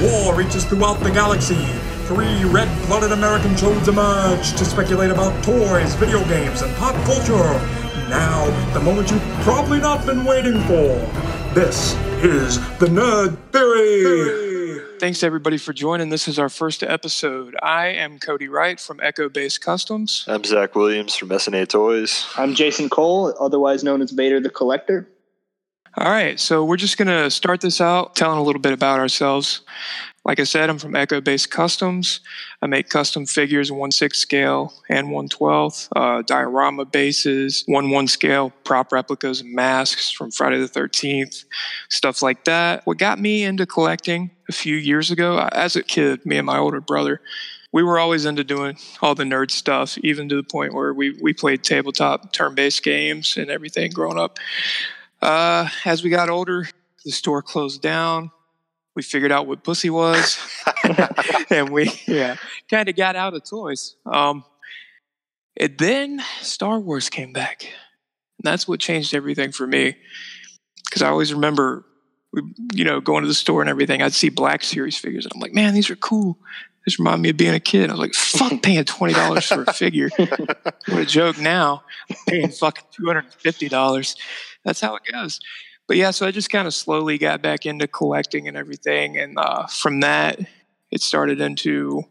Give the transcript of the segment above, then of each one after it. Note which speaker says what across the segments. Speaker 1: War reaches throughout the galaxy. Three red blooded American chums emerge to speculate about toys, video games, and pop culture. Now, the moment you've probably not been waiting for. This is the Nerd Theory.
Speaker 2: Thanks everybody for joining. This is our first episode. I am Cody Wright from Echo Base Customs.
Speaker 3: I'm Zach Williams from SNA Toys.
Speaker 4: I'm Jason Cole, otherwise known as Vader the Collector.
Speaker 2: All right, so we're just going to start this out telling a little bit about ourselves. Like I said, I'm from Echo Base Customs. I make custom figures, 1 6 scale and 1 12, uh, diorama bases, 1 1 scale prop replicas, masks from Friday the 13th, stuff like that. What got me into collecting a few years ago, I- as a kid, me and my older brother, we were always into doing all the nerd stuff, even to the point where we, we played tabletop turn based games and everything growing up. Uh, as we got older, the store closed down. We figured out what pussy was, and we yeah kind of got out of toys. Um, and then Star Wars came back, and that's what changed everything for me. Because I always remember, we- you know, going to the store and everything. I'd see Black Series figures, and I'm like, man, these are cool. This remind me of being a kid. I was like, fuck paying twenty dollars for a figure. what a joke! Now I'm paying fucking two hundred and fifty dollars that's how it goes. But yeah, so I just kind of slowly got back into collecting and everything, and uh, from that, it started into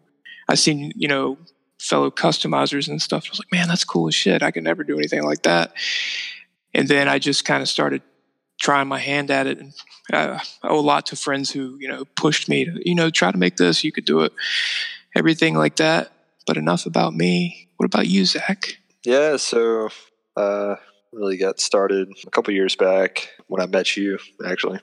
Speaker 2: I seen you know fellow customizers and stuff. I was like, man, that's cool as shit. I could never do anything like that. And then I just kind of started trying my hand at it, and uh, I owe a lot to friends who you know pushed me to you know try to make this. You could do it, everything like that. But enough about me. What about you, Zach?
Speaker 3: Yeah, so uh, really got started a couple years back when I met you, actually.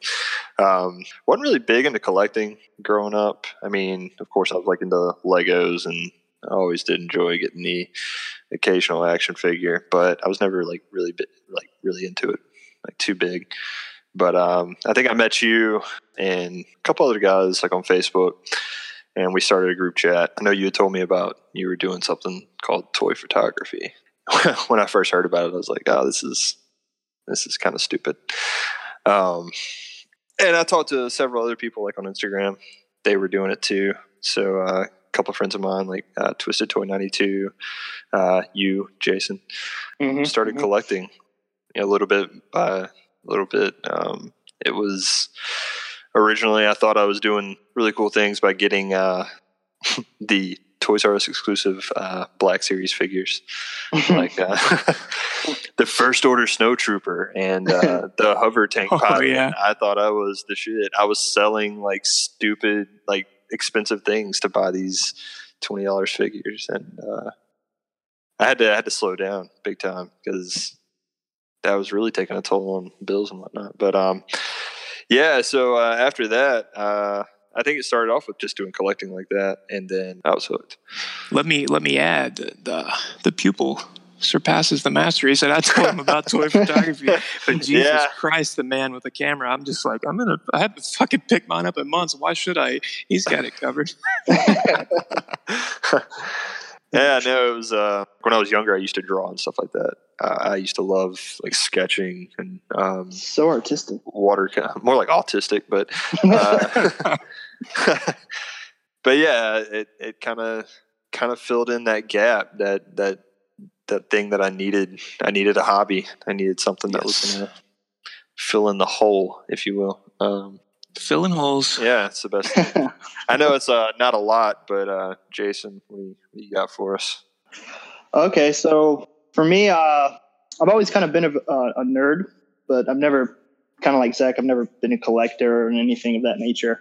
Speaker 3: Um, wasn't really big into collecting growing up. I mean, of course, I was like into Legos, and I always did enjoy getting the occasional action figure, but I was never like really bi- like really into it, like too big. But um, I think I met you and a couple other guys like on Facebook. And we started a group chat. I know you had told me about you were doing something called toy photography, when I first heard about it, I was like, "Oh, this is this is kind of stupid." Um, and I talked to several other people, like on Instagram, they were doing it too. So uh, a couple of friends of mine, like uh, Twisted Toy ninety two, uh, you, Jason,
Speaker 4: Mm-hmm.
Speaker 3: started collecting you know, a little bit by a little bit. Um, it was originally I thought I was doing really cool things by getting uh, the Toys R Us exclusive uh, Black Series figures like uh, the first order snow trooper and uh, the hover tank
Speaker 2: Oh,
Speaker 3: pilot.
Speaker 2: yeah.
Speaker 3: I thought I was the shit. I was selling like stupid, like expensive things to buy these twenty dollars figures, and uh, I had to I had to slow down big time because that was really taking a toll on bills and whatnot. But um, yeah. So uh, after that, uh, I think it started off with just doing collecting like that, and then I was hooked.
Speaker 2: Let me let me add that the the pupil surpasses the master. He said, "I told him about toy photography, but Jesus
Speaker 3: Yeah.
Speaker 2: Christ, the man with the camera." I'm just like, I'm gonna, I haven't fucking picked mine up in months. Why should I? He's got it covered.
Speaker 3: yeah, no, it was uh, when I was younger. I used to draw and stuff like that. Uh, I used to love like sketching and um,
Speaker 4: so artistic.
Speaker 3: water, more like autistic, but uh, but yeah, it it kind of kind of filled in that gap that that that thing that I needed. I needed a hobby. I needed something that was
Speaker 2: Yes.
Speaker 3: gonna fill in the hole, if you will. Um,
Speaker 2: Filling holes.
Speaker 3: yeah, it's the best. Thing. I know it's uh, not a lot, but uh, Jason, what do you, what do you got for us?
Speaker 4: okay, so for me, uh, I've always kind of been a, a, a nerd, but I've never, kind of like Zach, I've never been a collector or anything of that nature.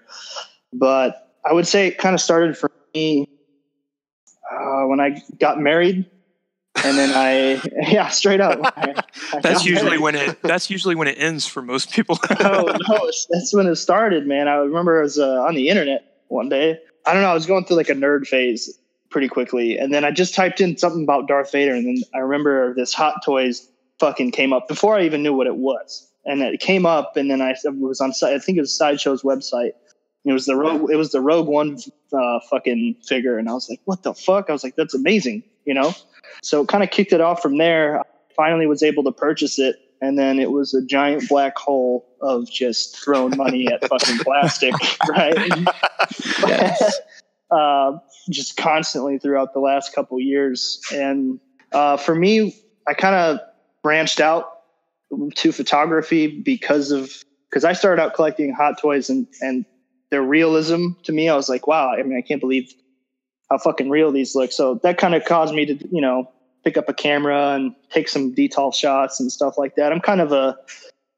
Speaker 4: But I would say it kind of started for me uh, when I got married. And then I, yeah, straight up. I- I
Speaker 2: That's
Speaker 4: got
Speaker 2: usually
Speaker 4: married.
Speaker 2: when it. That's usually when it ends for most people.
Speaker 4: oh no, it's- that's when it started, man. I remember I was uh, on the internet one day. I don't know, I was going through like a nerd phase pretty quickly, and then I just typed in something about Darth Vader, and then I remember this Hot Toys fucking came up before I even knew what it was, and it came up, and then I it was on Si- I think it was Sideshow's website. and It was the rogue. It was the Rogue One uh, fucking figure, and I was like, "What the fuck?" I was like, "That's amazing," you know. So it kind of kicked it off from there. I finally was able to purchase it, and then it was a giant black hole of just throwing money at fucking plastic, right?
Speaker 2: Yes.
Speaker 4: uh, just constantly throughout the last couple years. And uh, for me, I kind of branched out to photography because of because I started out collecting hot toys and and their realism to me. I was like, wow, I mean, I can't believe how fucking real these look. So that kind of caused me to you know pick up a camera and take some detail shots and stuff like that. I'm kind of a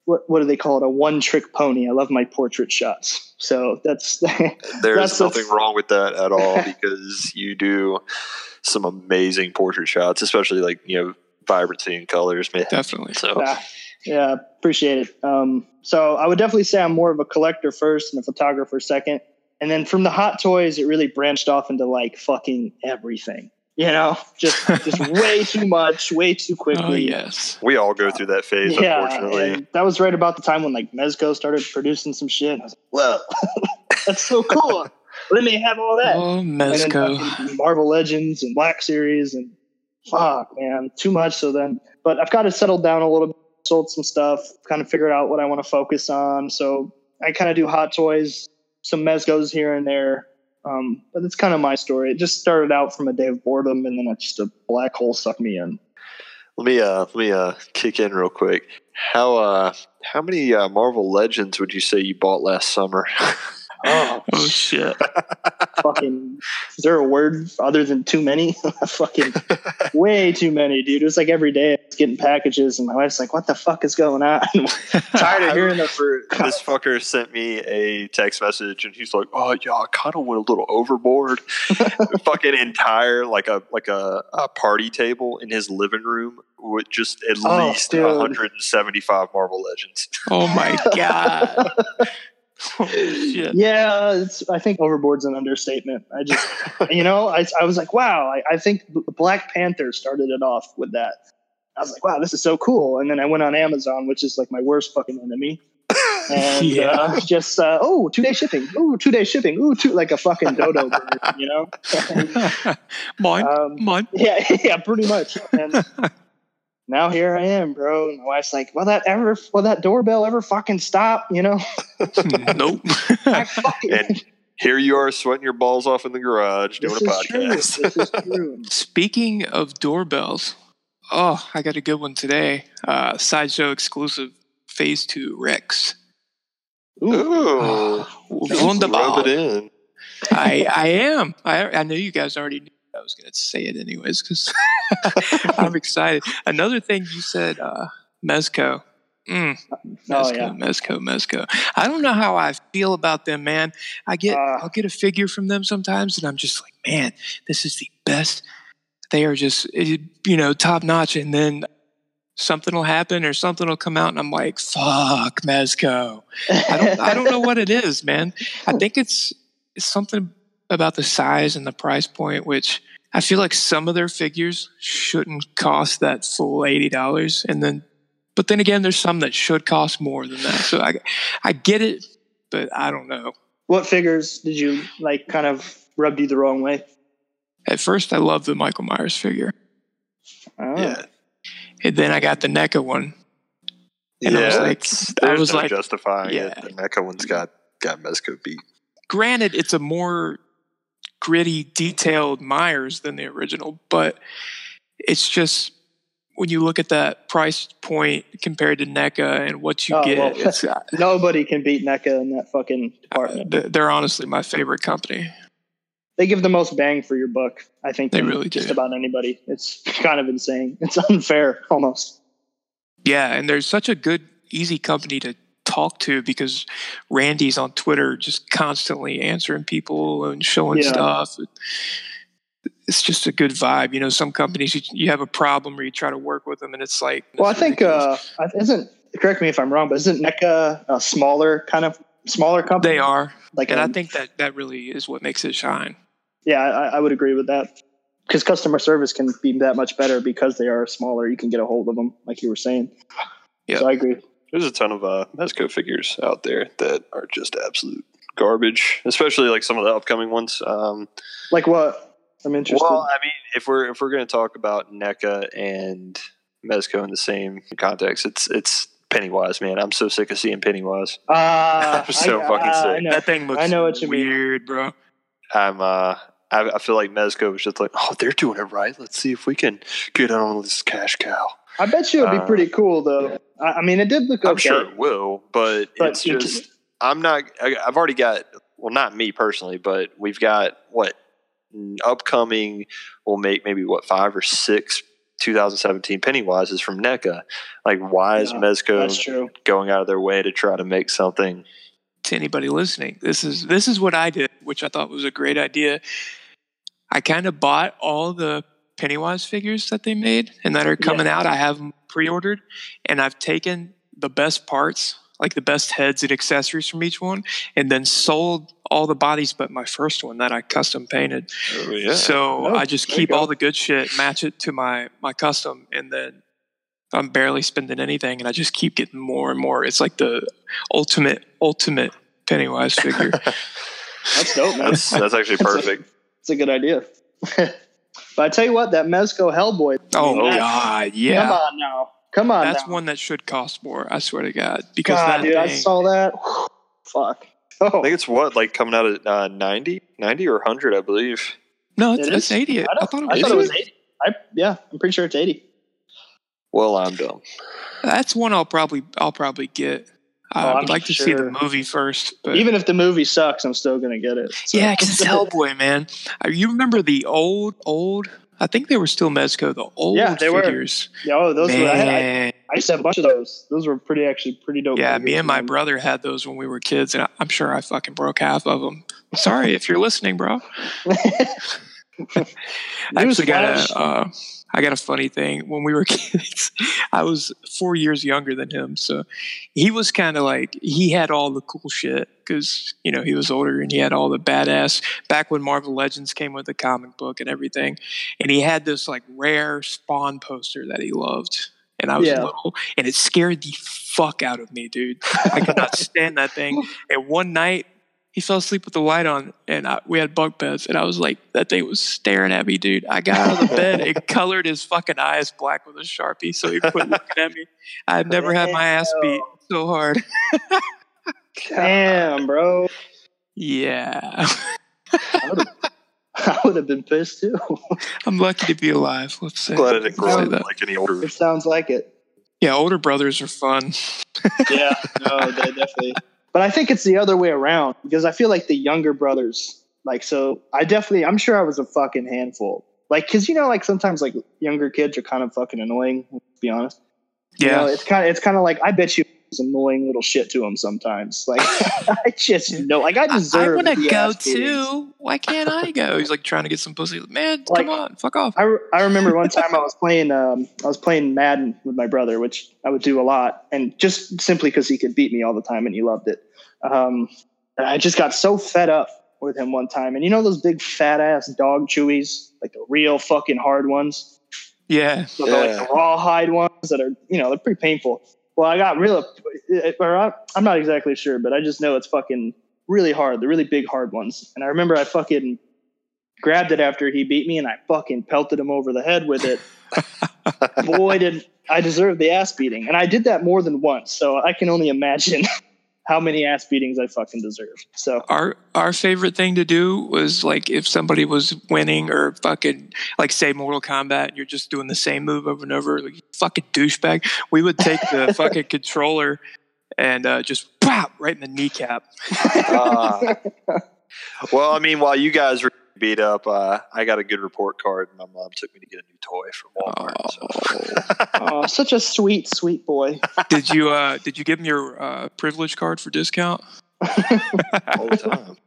Speaker 4: what what do they call it? A one trick pony. I love my portrait shots. So that's
Speaker 3: There's
Speaker 4: That's-
Speaker 3: nothing
Speaker 4: that's-
Speaker 3: wrong with that at all because you do some amazing portrait shots, especially like you know vibrancy and colors, man.
Speaker 2: Definitely.
Speaker 3: So
Speaker 4: yeah, yeah, appreciate it. Um, so I would definitely say I'm more of a collector first and a photographer second. And then from the hot toys, it really branched off into like fucking everything. You know, just just way too much, way too quickly.
Speaker 2: Oh yes.
Speaker 3: we all go through that phase, unfortunately.
Speaker 4: and that was right about the time when like Mezco started producing some shit. and I was like, whoa, that's so cool. Let me have all that.
Speaker 2: Oh,
Speaker 4: and then
Speaker 2: Mezco.
Speaker 4: fucking Marvel Legends and Black Series and fuck, man, too much. So then, but I've kind of settled down a little bit, sold some stuff, kind of figured out what I want to focus on. So I kind of do hot toys, some mezcos here and there. Um, but it's kind of my story. It just started out from a day of boredom, and then it's just a black hole sucked me in.
Speaker 3: Let me uh let me uh kick in real quick. How uh how many uh, Marvel Legends would you say you bought last summer?
Speaker 4: Oh,
Speaker 2: Oh shit.
Speaker 4: fucking! Is there a word other than too many? fucking way too many, dude. It was like every day I was getting packages, and my wife's like, "What the fuck is going on?" Tired of hearing the
Speaker 3: this fucker sent me a text message and he's like, "Oh yeah, I kind of went a little overboard." Fucking entire like a like a, a party table in his living room with just at
Speaker 4: Oh,
Speaker 3: least
Speaker 4: dude.
Speaker 3: 175 Marvel Legends.
Speaker 2: Oh my god. Oh shit.
Speaker 4: Yeah, it's, I think overboard's an understatement. I just, you know, I, I was like, wow, I, I think B- Black Panther started it off with that. I was like, wow, this is so cool. And then I went on Amazon, which is like my worst fucking enemy. And
Speaker 2: Yeah.
Speaker 4: uh, just, uh, oh, two day shipping. Ooh, two day shipping. Ooh, two, like a fucking dodo bird, you know?
Speaker 2: Mine.
Speaker 4: Um,
Speaker 2: Mine.
Speaker 4: yeah, yeah, pretty much. And now here I am, bro. And my wife's like, will that ever, will that doorbell ever fucking stop? You know?
Speaker 2: nope.
Speaker 4: I fucking,
Speaker 3: And here you are sweating your balls off in the garage doing
Speaker 4: this
Speaker 3: a
Speaker 4: is true.
Speaker 3: podcast.
Speaker 4: This is true. Oh,
Speaker 2: Speaking of doorbells, oh, I got a good one today. Uh, Sideshow exclusive Phase 2 Rex.
Speaker 3: Ooh.
Speaker 2: Oh, wunderbar.
Speaker 3: Rub it in.
Speaker 2: I, I am. I, I knew you guys already knew I was going to say it anyways because I'm excited. Another thing you said, uh, Mezco. Mm, Mezco,
Speaker 4: Oh, yeah.
Speaker 2: Mezco, Mezco. I don't know how I feel about them, man. I get,
Speaker 4: Ah.
Speaker 2: I'll get a figure from them sometimes, and I'm just like, man, this is the best. They are just, eh, you know, top notch. And then something will happen or something will come out, and I'm like, fuck, Mezco. I don't, I don't know what it is, man. I think it's, it's something about the size and the price point, which I feel like some of their figures shouldn't cost that full eighty dollars, and then, but then again, there's some that should cost more than that. So I, I get it, but I don't know.
Speaker 4: What figures did you like kind of rubbed you the wrong way?
Speaker 2: At first, I loved the Michael Myers figure,
Speaker 4: Oh.
Speaker 3: Yeah.
Speaker 2: and then I got the NECA one, and I was
Speaker 3: Yeah,
Speaker 2: like, I
Speaker 3: There's
Speaker 2: was
Speaker 3: no
Speaker 2: like,
Speaker 3: justifying
Speaker 2: yeah.
Speaker 3: it. The NECA one's got got Mezco beat.
Speaker 2: granted, it's a more gritty, detailed Myers than the original, but it's just when you look at that price point compared to NECA and what you
Speaker 4: Oh,
Speaker 2: get,
Speaker 4: well,
Speaker 2: it's, uh,
Speaker 4: Nobody can beat NECA in that fucking
Speaker 3: Uh,
Speaker 4: department.
Speaker 2: th- they're honestly my favorite company.
Speaker 4: They give the most bang for your buck, I think.
Speaker 2: They
Speaker 4: than
Speaker 2: really do.
Speaker 4: Just about anybody. It's kind of insane. It's unfair almost.
Speaker 2: Yeah, and they're such a good, easy company to talk to because Randy's on Twitter just constantly answering people and showing
Speaker 4: Yeah.
Speaker 2: stuff. It's just a good vibe. You know, some companies you, you have a problem or you try to work with them and it's like.
Speaker 4: Well, I
Speaker 2: it's
Speaker 4: think
Speaker 2: ridiculous.
Speaker 4: uh, isn't correct me if I'm wrong, but isn't NECA a smaller kind of smaller company?
Speaker 2: they are.
Speaker 4: uh, Like,
Speaker 2: And
Speaker 4: a-
Speaker 2: I think that that really is what makes it shine.
Speaker 4: yeah, I, I would agree with that because customer service can be that much better because they are smaller. You can get a hold of them, like you were saying.
Speaker 2: Yeah.
Speaker 4: So I agree.
Speaker 3: There's a ton of uh, Mezco figures out there that are just absolute garbage, especially like some of the upcoming ones. Um,
Speaker 4: Like what? I'm interested.
Speaker 3: well, I mean, if we're if we're going to talk about NECA E and Mezco in the same context. It's it's Pennywise, man. I'm so sick of seeing Pennywise.
Speaker 4: Uh,
Speaker 3: I'm so
Speaker 4: I,
Speaker 3: fucking
Speaker 4: uh,
Speaker 3: sick.
Speaker 4: I know.
Speaker 2: That thing looks
Speaker 4: I know what you mean.
Speaker 2: weird, bro.
Speaker 3: I'm uh I, I feel like Mezco was just like, oh, they're doing it right. Let's see if we can get in on this cash cow.
Speaker 4: I bet you it'd be
Speaker 3: Uh,
Speaker 4: pretty cool though. I, I mean, it did look okay.
Speaker 3: I'm sure it will, but,
Speaker 4: But
Speaker 3: it's
Speaker 4: you
Speaker 3: just I'm not. I, I've already got well, not me personally, but we've got what upcoming. We'll make maybe what five or six 2017 Pennywise is from NECA. Like, why is
Speaker 4: Yeah, That's
Speaker 3: Mezco
Speaker 4: true.
Speaker 3: going out of their way to try to make something?
Speaker 2: to anybody listening. This is this is what I did, which I thought was a great idea. I kind of bought all the Pennywise figures that they made and that are coming out. I have them pre-ordered, and I've taken the best parts, like the best heads and accessories from each one, and then sold all the bodies but my first one that I custom painted.
Speaker 3: Oh, yeah.
Speaker 2: So
Speaker 4: Oh,
Speaker 2: I just
Speaker 4: there you
Speaker 2: keep all
Speaker 4: go.
Speaker 2: the good shit, match it to my my custom, and then I'm barely spending anything, and I just keep getting more and more. It's like the ultimate ultimate Pennywise figure.
Speaker 4: That's dope, man.
Speaker 3: that's that's actually perfect.
Speaker 4: That's a good idea. but I tell you what, that Mezco Hellboy.
Speaker 2: oh
Speaker 4: that's-
Speaker 2: God,
Speaker 4: Come
Speaker 2: yeah,
Speaker 4: on now. Come on.
Speaker 2: that's
Speaker 4: now.
Speaker 2: one that should cost more. I swear to God, because
Speaker 4: God,
Speaker 2: that
Speaker 4: dude, I
Speaker 2: thing-
Speaker 4: saw that. Fuck.
Speaker 3: I
Speaker 4: Oh,
Speaker 3: think it's what like coming out of uh, 90, 90 or 100, I believe.
Speaker 2: no, it's,
Speaker 4: It
Speaker 2: it's
Speaker 4: is?
Speaker 2: eighty. I,
Speaker 4: don't-
Speaker 2: thought it
Speaker 4: I
Speaker 2: was.
Speaker 4: thought it
Speaker 2: 80.
Speaker 4: was 80. I, yeah, I'm pretty sure it's 80.
Speaker 3: Well, I'm dumb.
Speaker 2: That's one I'll probably I'll probably get.
Speaker 4: Oh,
Speaker 2: I
Speaker 4: I'm
Speaker 2: would like to see the
Speaker 4: sure.
Speaker 2: movie first. But
Speaker 4: Even if the movie sucks, I'm still going to get it. so.
Speaker 2: Yeah, 'cause it's Hellboy, man. Uh, You remember the old, old? I think they were still Mezco. The old
Speaker 4: Yeah, they were.
Speaker 2: figures.
Speaker 4: yeah, oh, those were, I, had- I,
Speaker 2: man.
Speaker 4: I used to have a bunch of those. Those were pretty, actually, pretty dope.
Speaker 2: yeah,
Speaker 4: figures,
Speaker 2: me and my
Speaker 4: man.
Speaker 2: brother had those when we were kids, and I- I'm sure I fucking broke half of them. Sorry if you're listening, bro. I
Speaker 4: News
Speaker 2: actually got
Speaker 4: flash.
Speaker 2: a, uh, I got a funny thing. When we were kids, I was four years younger than him, so he was kind of like he had all the cool shit because you know he was older and he had all the badass. Back when Marvel Legends came with the comic book and everything, and he had this like rare Spawn poster that he loved, and I was
Speaker 4: Yeah.
Speaker 2: little, and it scared the fuck out of me, dude. I could not stand that thing. And one night he fell asleep with the light on, and I, we had bunk beds. And I was like, that thing was staring at me, dude. I got out of the bed and colored his fucking eyes black with a sharpie, so he quit looking at me. I've never had my ass beat so hard.
Speaker 4: Damn, bro.
Speaker 2: Yeah,
Speaker 4: I would have been pissed too.
Speaker 2: I'm lucky to be alive. Let's say.
Speaker 3: I'm glad I didn't grow
Speaker 2: Say
Speaker 3: up
Speaker 2: that.
Speaker 3: like any older.
Speaker 4: it sounds like it.
Speaker 2: Yeah, older brothers are fun.
Speaker 4: yeah, no, they definitely. But I think it's the other way around because I feel like the younger brothers, like, so I definitely, I'm sure I was a fucking handful. Like, cause you know, like sometimes like younger kids are kind of fucking annoying. Let's be honest. You know,
Speaker 2: Yeah,
Speaker 4: it's kind of, it's kind of like I bet you it's annoying little shit to them sometimes. Like, I just
Speaker 2: Yeah.
Speaker 4: know, like I
Speaker 2: I,
Speaker 4: deserve.
Speaker 2: want to
Speaker 4: the
Speaker 2: go
Speaker 4: ass beatings.
Speaker 2: too. Why can't I go? He's like trying to get some pussy. Man,
Speaker 4: Like-
Speaker 2: come on, fuck off.
Speaker 4: I, re- I remember one time I was playing um, I was playing Madden with my brother, which I would do a lot, and just simply because he could beat me all the time and he loved it. Um, and I just got so fed up with him one time, and you know those big fat ass dog chewies, like the real fucking hard ones.
Speaker 2: Yeah,
Speaker 4: So they're
Speaker 3: Yeah.
Speaker 4: like the rawhide ones that are, you know, they're pretty painful. Well, I got real, uh, or I- I'm not exactly sure, but I just know it's fucking really hard, the really big hard ones. And I remember I fucking grabbed it after he beat me and I fucking pelted him over the head with it. Boy, did I deserve the ass beating. And I did that more than once. So I can only imagine how many ass beatings I fucking deserve. So
Speaker 2: our our favorite thing to do was like if somebody was winning or fucking like say Mortal Kombat and you're just doing the same move over and over, like you fucking douchebag. We would take the fucking controller and uh, just pop right in the kneecap.
Speaker 3: Ah. well, I mean, while you guys were beat up, uh, I got a good report card, and my mom took me to get a new toy from Walmart. so.
Speaker 4: oh, such a sweet, sweet boy.
Speaker 2: Did you uh, did you give him your uh, privilege card for discount?
Speaker 3: all the time.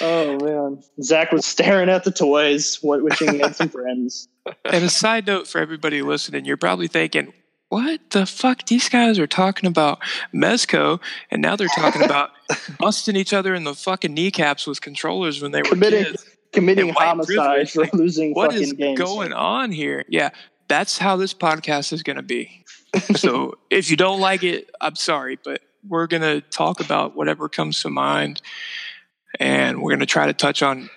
Speaker 4: Oh man, Zach was staring at the toys, what wishing he had some friends.
Speaker 2: And a side note for everybody listening, you're probably thinking, what the fuck? These guys are talking about Mezco, and now they're talking about busting each other in the fucking kneecaps with controllers when they were
Speaker 4: Committing
Speaker 2: kids.
Speaker 4: Committing
Speaker 2: And white
Speaker 4: homicide
Speaker 2: privilege,
Speaker 4: for
Speaker 2: like,
Speaker 4: losing
Speaker 2: What
Speaker 4: fucking
Speaker 2: is
Speaker 4: games.
Speaker 2: going on here? Yeah, that's how this podcast is going to be. so if you don't like it, I'm sorry, but we're going to talk about whatever comes to mind, and we're going to try to touch on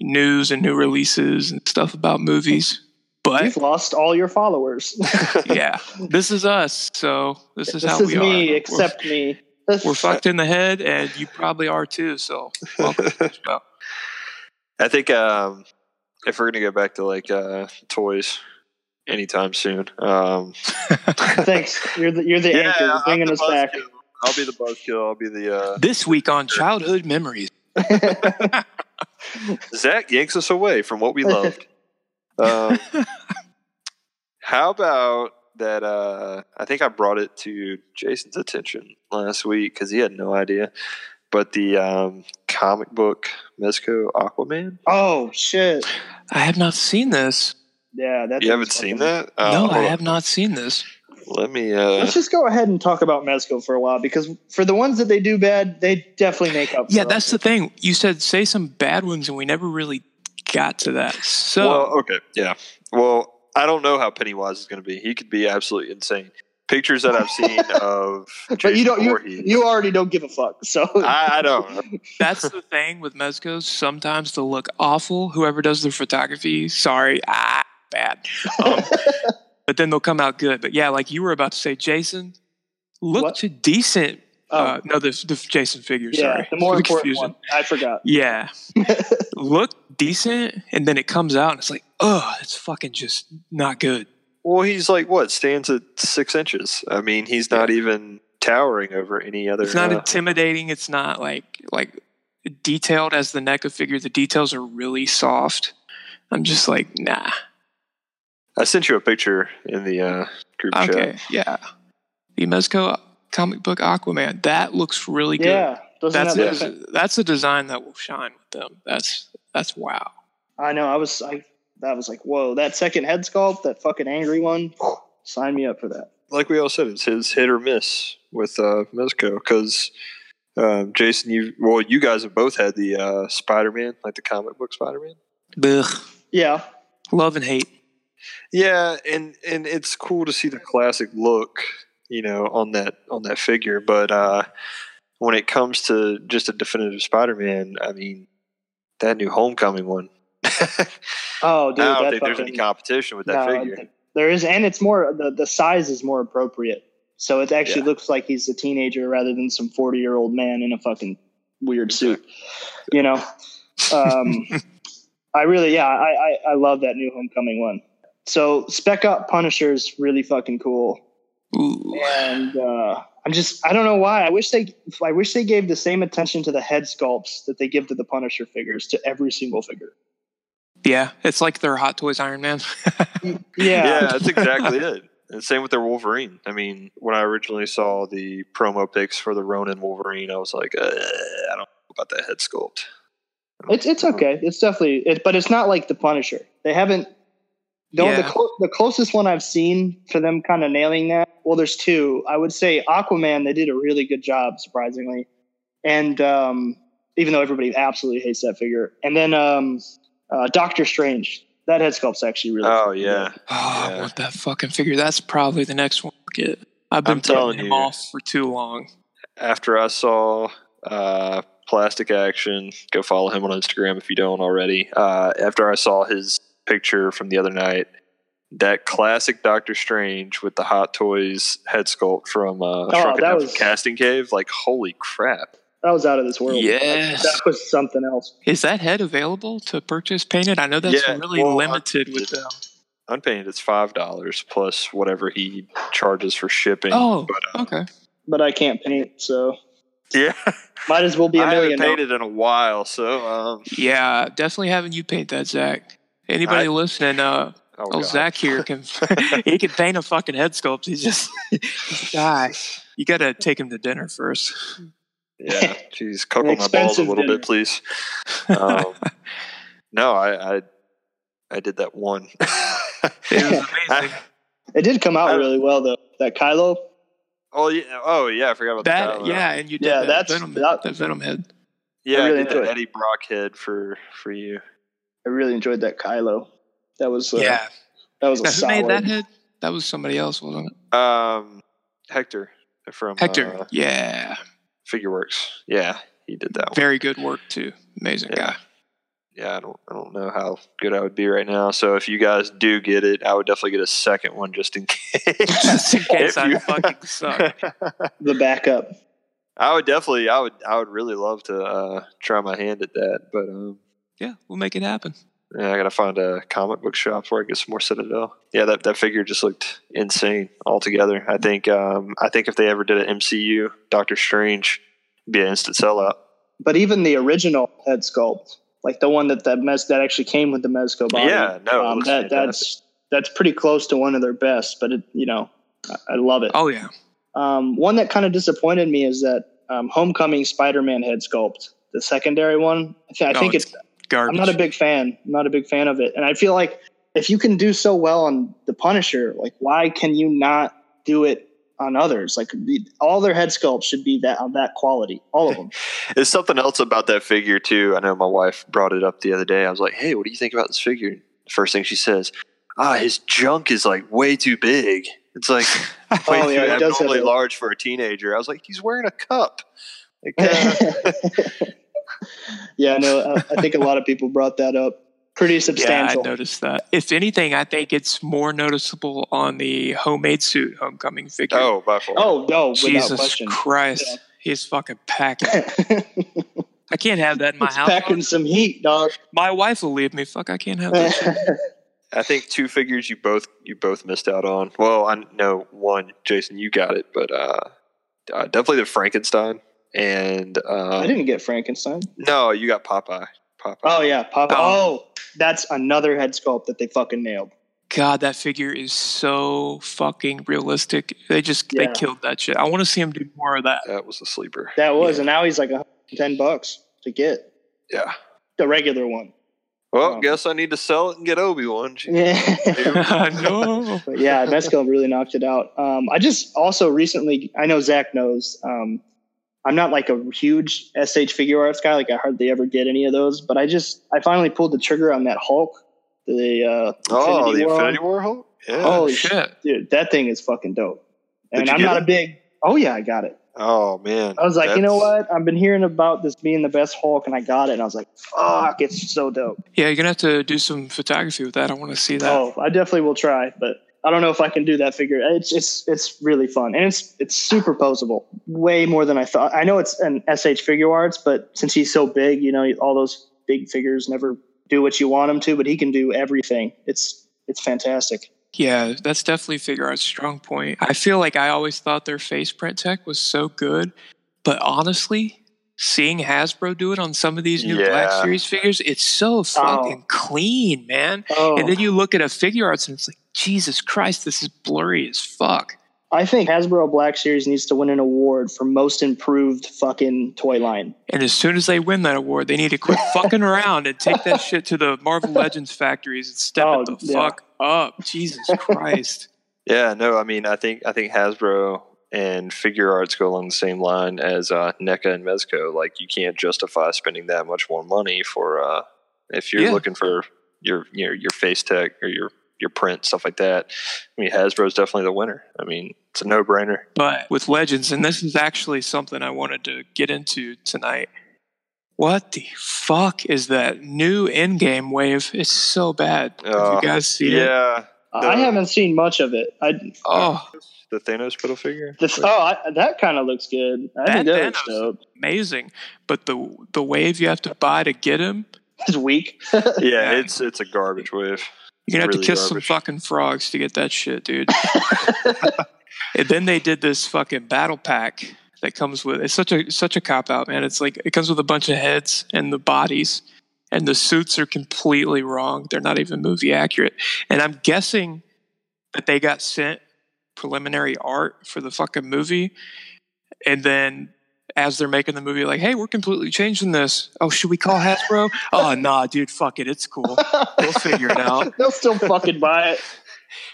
Speaker 2: news and new releases and stuff about movies. But
Speaker 4: You've lost all your followers.
Speaker 2: yeah, this is us. So this is
Speaker 4: this
Speaker 2: how
Speaker 4: is
Speaker 2: we
Speaker 4: me,
Speaker 2: are.
Speaker 4: except me.
Speaker 2: we're, we're fucked in the head, and you probably are too. So welcome. to the show.
Speaker 3: I think um, if we're gonna go back to like uh, toys anytime soon, um,
Speaker 4: Thanks. You're the, you're the anchor. You're
Speaker 3: I'm
Speaker 4: bringing
Speaker 3: the
Speaker 4: us back.
Speaker 3: buzzkill. I'll be the buzzkill. I'll be the uh,
Speaker 2: This week on childhood memories.
Speaker 3: Zach yanks us away from what we loved. um, how about that? Uh, I think I brought it to Jason's attention last week because he had no idea. But the um, comic book Mezco Aquaman.
Speaker 4: Oh shit!
Speaker 2: I have not seen this.
Speaker 4: Yeah, that's.
Speaker 3: you haven't seen that? Uh,
Speaker 2: no,
Speaker 3: hold
Speaker 2: I
Speaker 3: on.
Speaker 2: have not seen this.
Speaker 3: Let me. Uh,
Speaker 4: Let's just go ahead and talk about Mezco for a while because for the ones that they do bad, they definitely make up.
Speaker 2: Yeah,
Speaker 4: for
Speaker 2: that's
Speaker 4: it.
Speaker 2: the thing. You said say some bad ones, and we never really got to that. So
Speaker 3: Well, okay, yeah. Well, I don't know how Pennywise is going to be. He could be absolutely insane. Pictures that I've seen of Jason
Speaker 4: But you don't. You,
Speaker 3: Voorhees.
Speaker 4: you already don't give a fuck. So
Speaker 3: I, I don't.
Speaker 2: that's the thing with mezcos. Sometimes they look awful. Whoever does their photography, sorry, ah, bad. Um, but then they'll come out good. But yeah, like you were about to say, Jason
Speaker 4: What?
Speaker 2: looked to decent.
Speaker 4: Oh.
Speaker 2: Uh, no, the, the Jason figure.
Speaker 4: yeah,
Speaker 2: sorry,
Speaker 4: the more
Speaker 2: It's
Speaker 4: important
Speaker 2: confusing.
Speaker 4: one. I forgot.
Speaker 2: Yeah, looked decent, and then it comes out, and it's like, oh, it's fucking just not good.
Speaker 3: Well, he's like what stands at six inches. I mean, he's not even towering over any other.
Speaker 2: It's not
Speaker 3: uh,
Speaker 2: intimidating. It's not like like detailed as the NECA figure. The details are really soft. I'm just like, nah.
Speaker 3: I sent you a picture in the uh, group
Speaker 2: Okay,
Speaker 3: chat.
Speaker 2: yeah. The Mezco comic book Aquaman. That looks really good.
Speaker 4: Yeah, doesn't
Speaker 2: that's
Speaker 4: that
Speaker 2: a,
Speaker 4: make sense?
Speaker 2: that's a design that will shine with them. That's that's wow.
Speaker 4: I know. I was. I that was like, whoa! That second head sculpt, that fucking angry one. Sign me up for that.
Speaker 3: Like we all said, it's his hit or miss with uh, Mezco because. Um, Jason, you well, you guys have both had the uh, Spider-Man, like the comic book Spider-Man.
Speaker 2: Ugh.
Speaker 4: Yeah,
Speaker 2: Love and hate.
Speaker 3: Yeah, and and it's cool to see the classic look, you know, on that on that figure. But uh, when it comes to just a definitive Spider-Man, I mean, that new Homecoming one.
Speaker 4: Oh, dude,
Speaker 3: I don't
Speaker 4: that
Speaker 3: think there's any
Speaker 4: fucking-
Speaker 3: competition with that
Speaker 4: no,
Speaker 3: figure.
Speaker 4: th- There is, and it's more the the size is more appropriate. So it actually
Speaker 3: Yeah.
Speaker 4: looks like he's a teenager rather than some forty year old man in a fucking weird suit. You know, um, I really, yeah, I, I I love that new Homecoming one. So Spec Up Punisher is really fucking cool,
Speaker 2: Ooh.
Speaker 4: and uh, I'm just I don't know why I wish they I wish they gave the same attention to the head sculpts that they give to the Punisher figures to every single figure.
Speaker 2: Yeah, it's like their Hot Toys Iron Man. Oh,
Speaker 3: Yeah. that's exactly it. And same with their Wolverine. I mean, when I originally saw the promo pics for the Ronin Wolverine, I was like, uh, I don't know about that head sculpt.
Speaker 4: It's it's okay. It's definitely it, but it's not like the Punisher. They haven't. The,
Speaker 2: Yeah.
Speaker 4: the, clo- the closest one I've seen for them kind of nailing that. Well, there's two. I would say Aquaman. They did a really good job, surprisingly, and um, even though everybody absolutely hates that figure, and then um, uh, Doctor Strange. That head sculpt's actually really.
Speaker 3: Oh
Speaker 4: fucking
Speaker 3: yeah,
Speaker 4: good.
Speaker 2: Oh,
Speaker 3: Yeah.
Speaker 2: I want that fucking figure. That's probably the next one. I'll Get. I've been
Speaker 3: I'm
Speaker 2: putting
Speaker 3: telling
Speaker 2: him
Speaker 3: you.
Speaker 2: off for too long.
Speaker 3: after I saw uh, Plastic Action, go follow him on Instagram if you don't already. Uh, after I saw his picture from the other night, that classic Doctor Strange with the Hot Toys head sculpt from uh, Shrunken
Speaker 4: Oh, that
Speaker 3: Death
Speaker 4: was-
Speaker 3: Casting Cave, like holy crap!
Speaker 4: that was out of this world.
Speaker 2: Yes.
Speaker 4: that was something else.
Speaker 2: Is that head available to purchase painted? I know that's
Speaker 3: Yeah,
Speaker 2: really
Speaker 3: well, uh, I-
Speaker 2: limited with them.
Speaker 3: Unpainted, it's five dollars plus whatever he charges for shipping.
Speaker 2: Oh,
Speaker 3: but, uh,
Speaker 2: okay.
Speaker 4: But I can't paint, so
Speaker 3: yeah,
Speaker 4: might as well be a
Speaker 3: I haven't
Speaker 4: millionaire.
Speaker 3: painted in a while, so um,
Speaker 2: Yeah, definitely having you paint that, Zach. Anybody
Speaker 3: I-
Speaker 2: listening, uh,
Speaker 3: oh,
Speaker 2: oh,
Speaker 3: God.
Speaker 2: Zach here can he can paint a fucking head sculpt. He's just guy. You gotta take him to dinner first.
Speaker 3: Yeah, geez, cuckle my balls a
Speaker 4: Expensive
Speaker 3: little
Speaker 4: dinner.
Speaker 3: bit, please. Um, no, I, I I did that one.
Speaker 2: It was
Speaker 3: I-
Speaker 2: amazing.
Speaker 4: It did come out
Speaker 3: I-
Speaker 4: really well though. That Kylo.
Speaker 3: oh yeah, oh yeah, I forgot about
Speaker 2: that
Speaker 3: that.
Speaker 2: yeah, and you did
Speaker 4: Yeah,
Speaker 2: that
Speaker 4: that's-
Speaker 2: venom
Speaker 4: that-
Speaker 2: that, venom head.
Speaker 3: yeah,
Speaker 4: I
Speaker 3: I,
Speaker 4: really
Speaker 3: did that
Speaker 4: enjoyed it.
Speaker 3: Eddie Brock head for for you.
Speaker 4: I really enjoyed that Kylo. That was uh,
Speaker 2: yeah.
Speaker 4: That was a
Speaker 2: Now, who
Speaker 4: solid.
Speaker 2: made that head? That was somebody else, wasn't it?
Speaker 3: Um, Hector from
Speaker 2: Hector.
Speaker 3: uh,
Speaker 2: yeah.
Speaker 3: Figure Works. Yeah, he did that. one.
Speaker 2: Very good work too. Amazing
Speaker 3: Yeah.
Speaker 2: guy.
Speaker 3: yeah, I don't, I don't know how good I would be right now. So if you guys do get it, I would definitely get a second one just in case.
Speaker 2: Just in case
Speaker 3: If
Speaker 2: I
Speaker 3: you-
Speaker 2: fucking suck.
Speaker 4: The backup.
Speaker 3: I would definitely, I would, I would really love to uh, try my hand at that. But um,
Speaker 2: Yeah, we'll make it happen.
Speaker 3: yeah, I gotta find a comic book shop where I get some more Citadel. Yeah, that, that figure just looked insane altogether. I think, um, I think if they ever did an MCU Doctor Strange, it'd be an instant sellout.
Speaker 4: But even the original head sculpt, like the one that that mes that actually came with the Mezco body.
Speaker 3: Yeah, no, it
Speaker 4: um,
Speaker 3: looks
Speaker 4: that that's that's pretty close to one of their best. But it, you know, I, I love it.
Speaker 2: Oh yeah.
Speaker 4: Um, one that kind of disappointed me is that um, Homecoming Spider-Man head sculpt, the secondary one. I, thi- I
Speaker 2: Oh,
Speaker 4: think
Speaker 2: it's
Speaker 4: it's. I'm
Speaker 2: Garbage.
Speaker 4: not a big fan. I'm not a big fan of it, and I feel like if you can do so well on the Punisher, like why can you not do it on others? Like the, all their head sculpts should be that on that quality, all of them.
Speaker 3: There's something else about that figure too. I know my wife brought it up the other day. I was like, "Hey, what do you think about this figure?" The first thing she says, "Ah, his junk is like way too big. It's like way
Speaker 4: Oh, yeah,
Speaker 3: too
Speaker 4: he does have
Speaker 3: abnormally
Speaker 4: a-
Speaker 3: large for a teenager." I was like, "He's wearing a cup." Like, uh,
Speaker 4: yeah, no, I, uh, I think a lot of people brought that up. Pretty
Speaker 2: yeah, I
Speaker 4: substantial.
Speaker 2: noticed that. If anything, I think it's more noticeable on the homemade suit homecoming figure.
Speaker 3: oh, by far.
Speaker 4: oh no, without
Speaker 2: Jesus
Speaker 4: question.
Speaker 2: Christ. He's fucking packing. I can't have that in my
Speaker 4: it's
Speaker 2: house.
Speaker 4: packing some heat, dog.
Speaker 2: My wife will leave me. Fuck, I can't have that. shit.
Speaker 4: yeah,
Speaker 3: I think two figures you both you both missed out on. Well, I know one, Jason, you got it, but uh, uh definitely the Frankenstein and
Speaker 4: Uh, I
Speaker 3: um,
Speaker 4: didn't get Frankenstein.
Speaker 3: no, you got Popeye. Popeye.
Speaker 4: Oh yeah, Papa.
Speaker 2: Oh.
Speaker 4: Oh, that's another head sculpt that they fucking nailed.
Speaker 2: God, that figure is so fucking realistic. They just
Speaker 4: Yeah.
Speaker 2: they killed that shit. I want to see him do more of that.
Speaker 3: that was a sleeper.
Speaker 4: That was,
Speaker 2: Yeah.
Speaker 4: and now he's like 110 bucks to get
Speaker 3: Yeah.
Speaker 4: the regular one.
Speaker 3: Well,
Speaker 4: Um,
Speaker 3: guess I need to sell it and get Obi Wan.
Speaker 4: Yeah.
Speaker 2: no.
Speaker 4: but yeah, Mezco really knocked it out. Um, I just also recently, I know Zach knows. Um, I'm not like a huge SH figure arts guy. Like I hardly ever get any of those. But I just, I finally pulled the trigger on that Hulk. The uh,
Speaker 3: Oh, the
Speaker 4: War
Speaker 3: Infinity
Speaker 4: one.
Speaker 3: War Hulk. Yeah.
Speaker 2: Oh
Speaker 4: Oh,
Speaker 2: shit.
Speaker 4: dude, that thing is fucking dope.
Speaker 3: Did
Speaker 4: And
Speaker 3: you
Speaker 4: I'm
Speaker 3: get
Speaker 4: not
Speaker 3: it?
Speaker 4: a big. Oh yeah, I got it.
Speaker 3: Oh man.
Speaker 4: I was like, you know
Speaker 3: That's-
Speaker 4: what? I've been hearing about this being the best Hulk, and I got it. And I was like, fuck, it's so dope.
Speaker 2: Yeah, you're gonna have to do some photography with that. I want to see that.
Speaker 4: Oh, I definitely will try, but I don't know if I can do that figure. It's it's it's really fun, and it's it's super posable, way more than I thought. I know it's an SH Figure Arts, but since he's so big, you know, all those big figures never do what you want them to, but he can do everything. It's it's fantastic.
Speaker 2: Yeah, that's definitely figure out's strong point. I feel like I always thought their face print tech was so good, but honestly, seeing Hasbro do it on some of these new Black
Speaker 3: Yeah.
Speaker 2: Series figures, it's so fucking clean, man.
Speaker 4: Oh,
Speaker 2: And then you look at a figure arts and it's like, Jesus Christ, this is blurry as fuck.
Speaker 4: I think Hasbro Black Series needs to win an award for most improved fucking toy line.
Speaker 2: And as soon as they win that award, they need to quit fucking around and take that shit to the Marvel Legends factories and step
Speaker 4: Oh,
Speaker 2: it the
Speaker 4: yeah.
Speaker 2: fuck up. Jesus Christ.
Speaker 3: Yeah. No. I mean, I think I think Hasbro and Figure Arts go along the same line as uh, NECA and Mezco. Like, you can't justify spending that much more money for uh, if you're
Speaker 2: Yeah.
Speaker 3: looking for your your your face tech or your your print stuff like that. I mean, Hasbro's definitely the winner. I mean, it's a no brainer.
Speaker 2: But with Legends, and this is actually something I wanted to get into tonight. What the fuck is that new endgame wave? It's so bad. Have
Speaker 3: Uh,
Speaker 2: you guys seen it?
Speaker 3: Yeah.
Speaker 4: I haven't seen much of it. I
Speaker 2: Oh,
Speaker 3: The Thanos pedal figure.
Speaker 4: this, oh I, that kind of looks good. I think
Speaker 2: That
Speaker 4: that looks
Speaker 2: Thanos-
Speaker 4: dope.
Speaker 2: amazing. But the the wave you have to buy to get him,
Speaker 4: It's weak.
Speaker 3: yeah,
Speaker 2: Yeah.
Speaker 3: it's it's a garbage wave.
Speaker 2: You're gonna have
Speaker 3: Really
Speaker 2: to kiss
Speaker 3: garbage.
Speaker 2: some fucking frogs to get that shit, dude. and then they did this fucking battle pack that comes with it's such a such a cop out, man. It's like it comes with a bunch of heads and the bodies, and the suits are completely wrong. They're not even movie accurate. And I'm guessing that they got sent preliminary art for the fucking movie, and then as they're making the movie, like, hey, we're completely changing this. Oh, should we call Hasbro? oh, nah, dude, fuck it, it's cool. We'll figure it out.
Speaker 4: They'll still fucking buy it.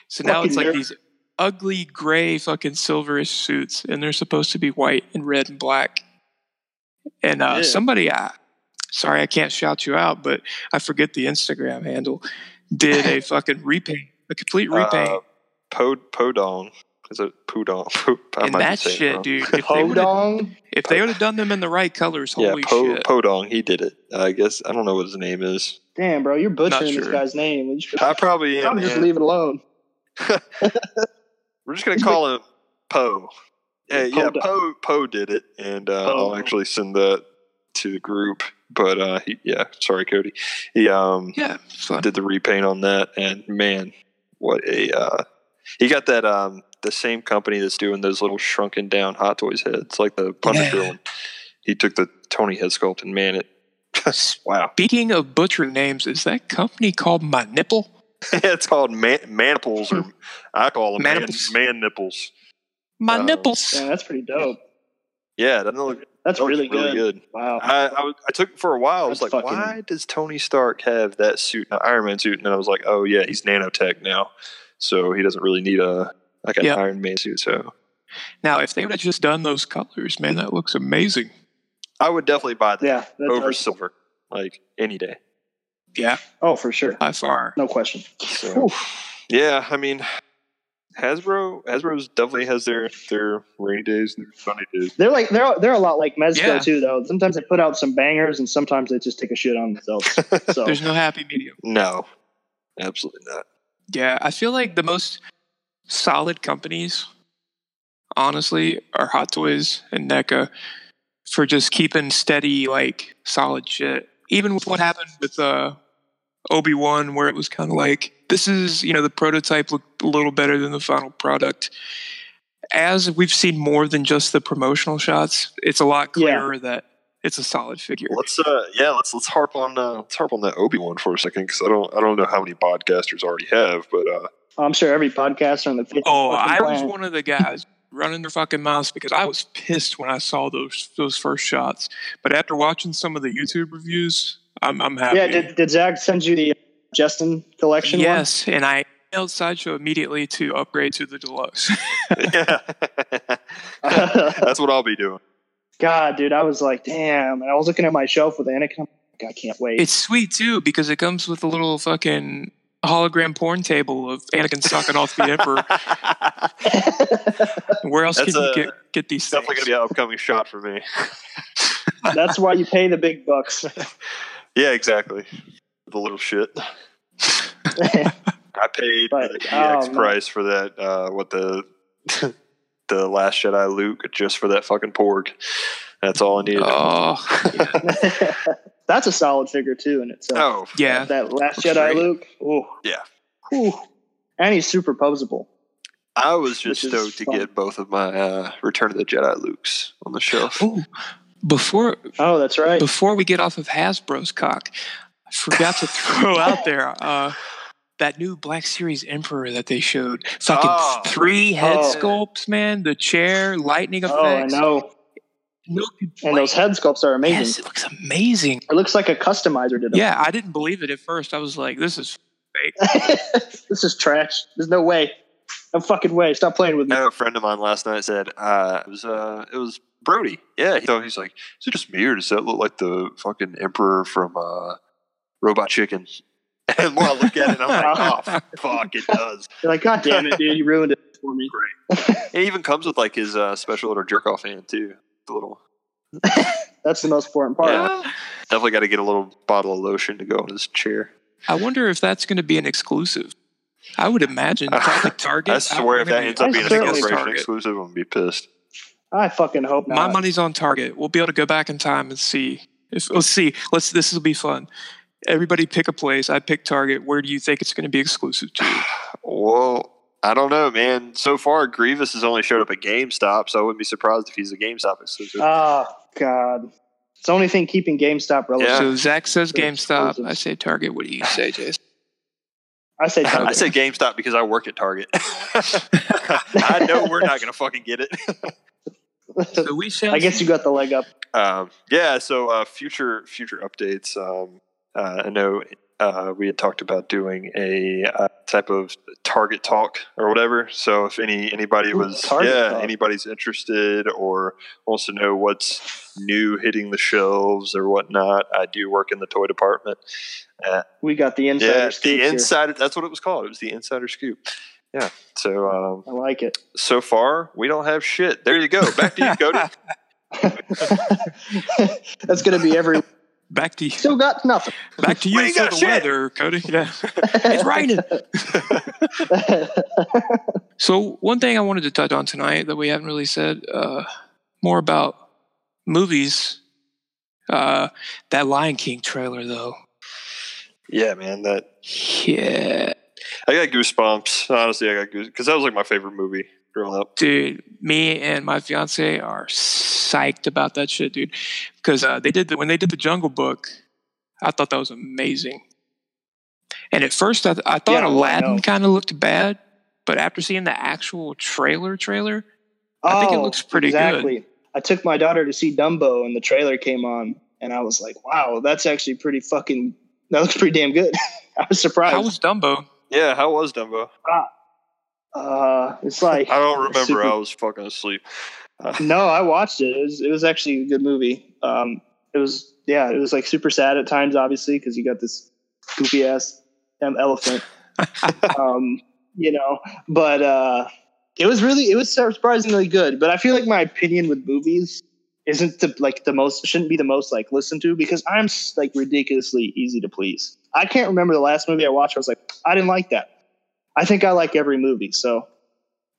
Speaker 2: So now it's
Speaker 4: Fucking
Speaker 2: like
Speaker 4: nerd.
Speaker 2: these ugly gray fucking silverish suits, and they're supposed to be white and red and black. And uh,
Speaker 3: Yeah.
Speaker 2: somebody, I, sorry, I can't shout you out, but I forget the Instagram handle, did a fucking repaint, a complete repaint.
Speaker 3: Uh, Pod Podong. Is it Pudong? I
Speaker 2: and
Speaker 3: might be
Speaker 2: that
Speaker 3: saying it
Speaker 2: shit,
Speaker 3: wrong.
Speaker 2: dude, if they, would've-
Speaker 4: Podong.
Speaker 2: If they would have done them in the right colors,
Speaker 3: yeah,
Speaker 2: holy
Speaker 3: po,
Speaker 2: shit.
Speaker 3: Podong, he did it. I guess I don't know what his name is.
Speaker 4: Damn, bro, you're butchering this
Speaker 2: sure.
Speaker 4: guy's name. We should-
Speaker 3: I probably am.
Speaker 4: I'll just
Speaker 3: man.
Speaker 4: leave it alone.
Speaker 3: We're just gonna call him Poe. Yeah, yeah,
Speaker 4: Podong.
Speaker 3: Poe Poe did it, and uh, I'll
Speaker 4: Podong.
Speaker 3: actually send that to the group. But uh, he, yeah, sorry, Cody. He um
Speaker 2: yeah, it's fun.
Speaker 3: did the repaint on that, and man, what a uh, he got that um the same company that's doing those little shrunken down Hot Toys heads, like the Punisher
Speaker 2: Yeah.
Speaker 3: one. He took the Tony head sculpt, and man, it wow,
Speaker 2: Speaking of butcher names, is that company called My Nipple?
Speaker 3: it's called man, maniples, or I call them man,
Speaker 2: Maniples.
Speaker 3: man nipples.
Speaker 2: My
Speaker 3: Oh,
Speaker 2: nipples.
Speaker 4: Yeah, that's pretty dope.
Speaker 3: Yeah, doesn't look
Speaker 4: That's
Speaker 3: that looks
Speaker 4: really, good.
Speaker 3: good.
Speaker 4: Wow.
Speaker 3: I, I, was- I took for a while. I was
Speaker 4: That's
Speaker 3: like,
Speaker 4: fucking-
Speaker 3: why does Tony Stark have that suit, an Iron Man suit? And then I was like, oh yeah, he's nanotech now, so he doesn't really need a like an
Speaker 2: Yeah.
Speaker 3: Iron Man suit. So
Speaker 2: Now, if they would have just done those colors, man, that looks amazing.
Speaker 3: I would definitely buy that
Speaker 4: yeah. That
Speaker 3: over
Speaker 4: does-
Speaker 3: silver, like any day.
Speaker 2: Yeah,
Speaker 4: oh, for sure.
Speaker 2: by far.
Speaker 4: No question.
Speaker 3: So, yeah, I mean, Hasbro Hasbro's definitely has their their rainy days and their sunny days.
Speaker 4: They're like they're they're a lot like Mezco
Speaker 2: Yeah.
Speaker 4: too, though. Sometimes they put out some bangers, and sometimes they just take a shit on themselves. So
Speaker 2: There's no happy medium.
Speaker 3: No, absolutely not.
Speaker 2: Yeah, I feel like the most solid companies, honestly, are Hot Toys and NECA for just keeping steady, like solid shit. Even with what happened with uh, Obi Wan, where it was kind of like, this is, you know, the prototype looked a little better than the final product. As we've seen more than just the promotional shots, it's a lot
Speaker 4: Yeah.
Speaker 2: clearer that it's a solid figure.
Speaker 3: Let's uh yeah let's let's harp on uh, let's harp on that Obi Wan for a second because I don't I don't know how many podcasters already have but uh
Speaker 4: I'm sure every podcaster on the fucking
Speaker 2: Oh, I was
Speaker 4: planet-
Speaker 2: one of the guys running their fucking mouths because I was pissed when I saw those those first shots. But after watching some of the YouTube reviews, I'm I'm happy.
Speaker 4: yeah. Did, did Zach send you the Justin collection? one?
Speaker 2: yes, and I emailed Sideshow immediately to upgrade to the deluxe.
Speaker 3: yeah. That's what I'll be doing.
Speaker 4: God, dude, I was like, damn. And I was looking at my shelf with Anakin. I'm like, I can't wait.
Speaker 2: it's sweet too because it comes with a little fucking hologram porn table of Anakin sucking off the Emperor.
Speaker 3: Definitely
Speaker 2: Where else
Speaker 3: That's
Speaker 2: can you
Speaker 3: a-
Speaker 2: get get these things?
Speaker 3: gonna be an upcoming shot for me.
Speaker 4: That's why you pay the big bucks.
Speaker 3: Yeah, exactly. The little shit. I paid
Speaker 4: But,
Speaker 3: the
Speaker 4: oh,
Speaker 3: EX
Speaker 4: man.
Speaker 3: price for that. Uh, what the the Last Jedi Luke just for that fucking porg. That's all I needed.
Speaker 2: oh
Speaker 4: That's a solid figure too in itself.
Speaker 3: oh
Speaker 2: yeah,
Speaker 4: That last
Speaker 2: Looks
Speaker 4: Jedi
Speaker 2: great.
Speaker 4: Luke. Ooh.
Speaker 3: Yeah.
Speaker 4: Ooh. And he's super posable.
Speaker 3: I was just
Speaker 4: Which is
Speaker 3: stoked to
Speaker 4: fun.
Speaker 3: get both of my uh, Return of the Jedi Lukes on the shelf.
Speaker 2: Ooh, before
Speaker 4: Oh, that's right.
Speaker 2: before we get off of Hasbro's cock, I forgot to throw out there uh, that new Black Series Emperor that they showed. Fucking
Speaker 3: Oh.
Speaker 2: three head
Speaker 4: Oh.
Speaker 2: sculpts, man. The chair, lightning
Speaker 4: Oh, I
Speaker 2: effects.
Speaker 4: know.
Speaker 2: No
Speaker 4: And
Speaker 2: complaint.
Speaker 4: those head sculpts are amazing.
Speaker 2: Yes, it looks amazing.
Speaker 4: It looks like a customizer did them.
Speaker 2: Yeah, I didn't believe it at first. I was like, this is.
Speaker 4: this is trash. There's no way. No fucking way. Stop playing with me.
Speaker 3: No, a friend of mine last night said uh, it was uh, it was Brody. Yeah, he thought he's like, is it just me or does that look like the fucking emperor from uh, Robot Chicken? And when I look at it, I'm like, oh fuck, it does.
Speaker 4: You're like, God damn it, dude. You ruined it for me.
Speaker 3: It even comes with like his uh, special little jerk off hand too. The little
Speaker 4: That's the most important part.
Speaker 3: Yeah. definitely got to get a little bottle of lotion to go on his chair.
Speaker 2: I wonder if that's going to be an exclusive. I would imagine probably Target.
Speaker 3: I swear, if that
Speaker 2: mean,
Speaker 3: ends up
Speaker 4: I
Speaker 3: being a
Speaker 2: I'm gonna
Speaker 4: certainly-
Speaker 2: guess
Speaker 3: celebration
Speaker 2: Target.
Speaker 3: exclusive, I'm gonna be pissed.
Speaker 4: I fucking hope not.
Speaker 2: My
Speaker 5: Uh,
Speaker 2: money's on Target. We'll be able to go back in time and see. If, let's see. Let's. This will be fun. Everybody pick a place. I pick Target. Where do you think it's going to be exclusive to?
Speaker 3: Well, I don't know, man. So far, Grievous has only showed up at GameStop, so I wouldn't be surprised if he's a GameStop exclusive.
Speaker 4: Oh, God. It's the only thing keeping GameStop relevant.
Speaker 3: Yeah.
Speaker 2: So Zach says
Speaker 4: Yeah.
Speaker 2: GameStop. I say Target. What do you say, Jason?
Speaker 4: I say
Speaker 3: I
Speaker 4: Target.
Speaker 3: say GameStop because I work at Target. I know we're not going to fucking get it.
Speaker 2: So we shall.
Speaker 4: I guess you got the leg up.
Speaker 3: Um, yeah. So uh, future future updates. Um, uh, I know uh, we had talked about doing a uh, type of Target talk or whatever. So if any anybody
Speaker 4: Ooh,
Speaker 3: was
Speaker 4: Target
Speaker 3: yeah
Speaker 4: talk.
Speaker 3: anybody's interested or wants to know what's new hitting the shelves or whatnot, I do work in the toy department.
Speaker 4: We got the insider.
Speaker 3: yeah,
Speaker 4: scoop
Speaker 3: the
Speaker 4: here.
Speaker 3: insider. That's what it was called. It was the insider scoop. Yeah. So. Um,
Speaker 4: I like it.
Speaker 3: so far we don't have shit. There you go. Back to you, Cody.
Speaker 4: That's gonna be every.
Speaker 2: Back to you.
Speaker 4: Still got nothing.
Speaker 2: Back to you
Speaker 5: We ain't
Speaker 2: for
Speaker 5: got
Speaker 2: the
Speaker 5: shit.
Speaker 2: weather, Cody. Yeah. it's raining. So one thing I wanted to touch on tonight that we haven't really said uh, more about movies. Uh, that Lion King trailer, though.
Speaker 3: Yeah, man. That
Speaker 2: Yeah,
Speaker 3: I got goosebumps. Honestly, I got goosebumps because that was like my favorite movie growing up.
Speaker 2: dude. Me and my fiance are psyched about that shit, dude. Because uh, they did the, when they did the Jungle Book, I thought that was amazing. And at first, I, th- I thought
Speaker 4: Yeah, I know.
Speaker 2: Aladdin kind of looked bad, but after seeing the actual trailer, trailer, I think it looks pretty good.
Speaker 4: Oh, exactly. I took my daughter to see Dumbo, and the trailer came on, and I was like, "Wow, that's actually pretty fucking. That looks pretty damn good." I was surprised.
Speaker 2: how was Dumbo?
Speaker 3: Yeah, how was Dumbo?
Speaker 4: uh, it's like
Speaker 3: I don't remember.
Speaker 4: Super-
Speaker 3: I was fucking asleep.
Speaker 4: no, I watched it. It was it was actually a good movie. Um, it was yeah, it was like super sad at times, obviously, because you got this goofy ass damn elephant. um, you know, but uh, it was really it was surprisingly good. But I feel like my opinion with movies isn't the like the most shouldn't be the most like listened to because I'm s- like ridiculously easy to please. I can't remember the last movie I watched. I was like, I didn't like that. I think I like every movie, so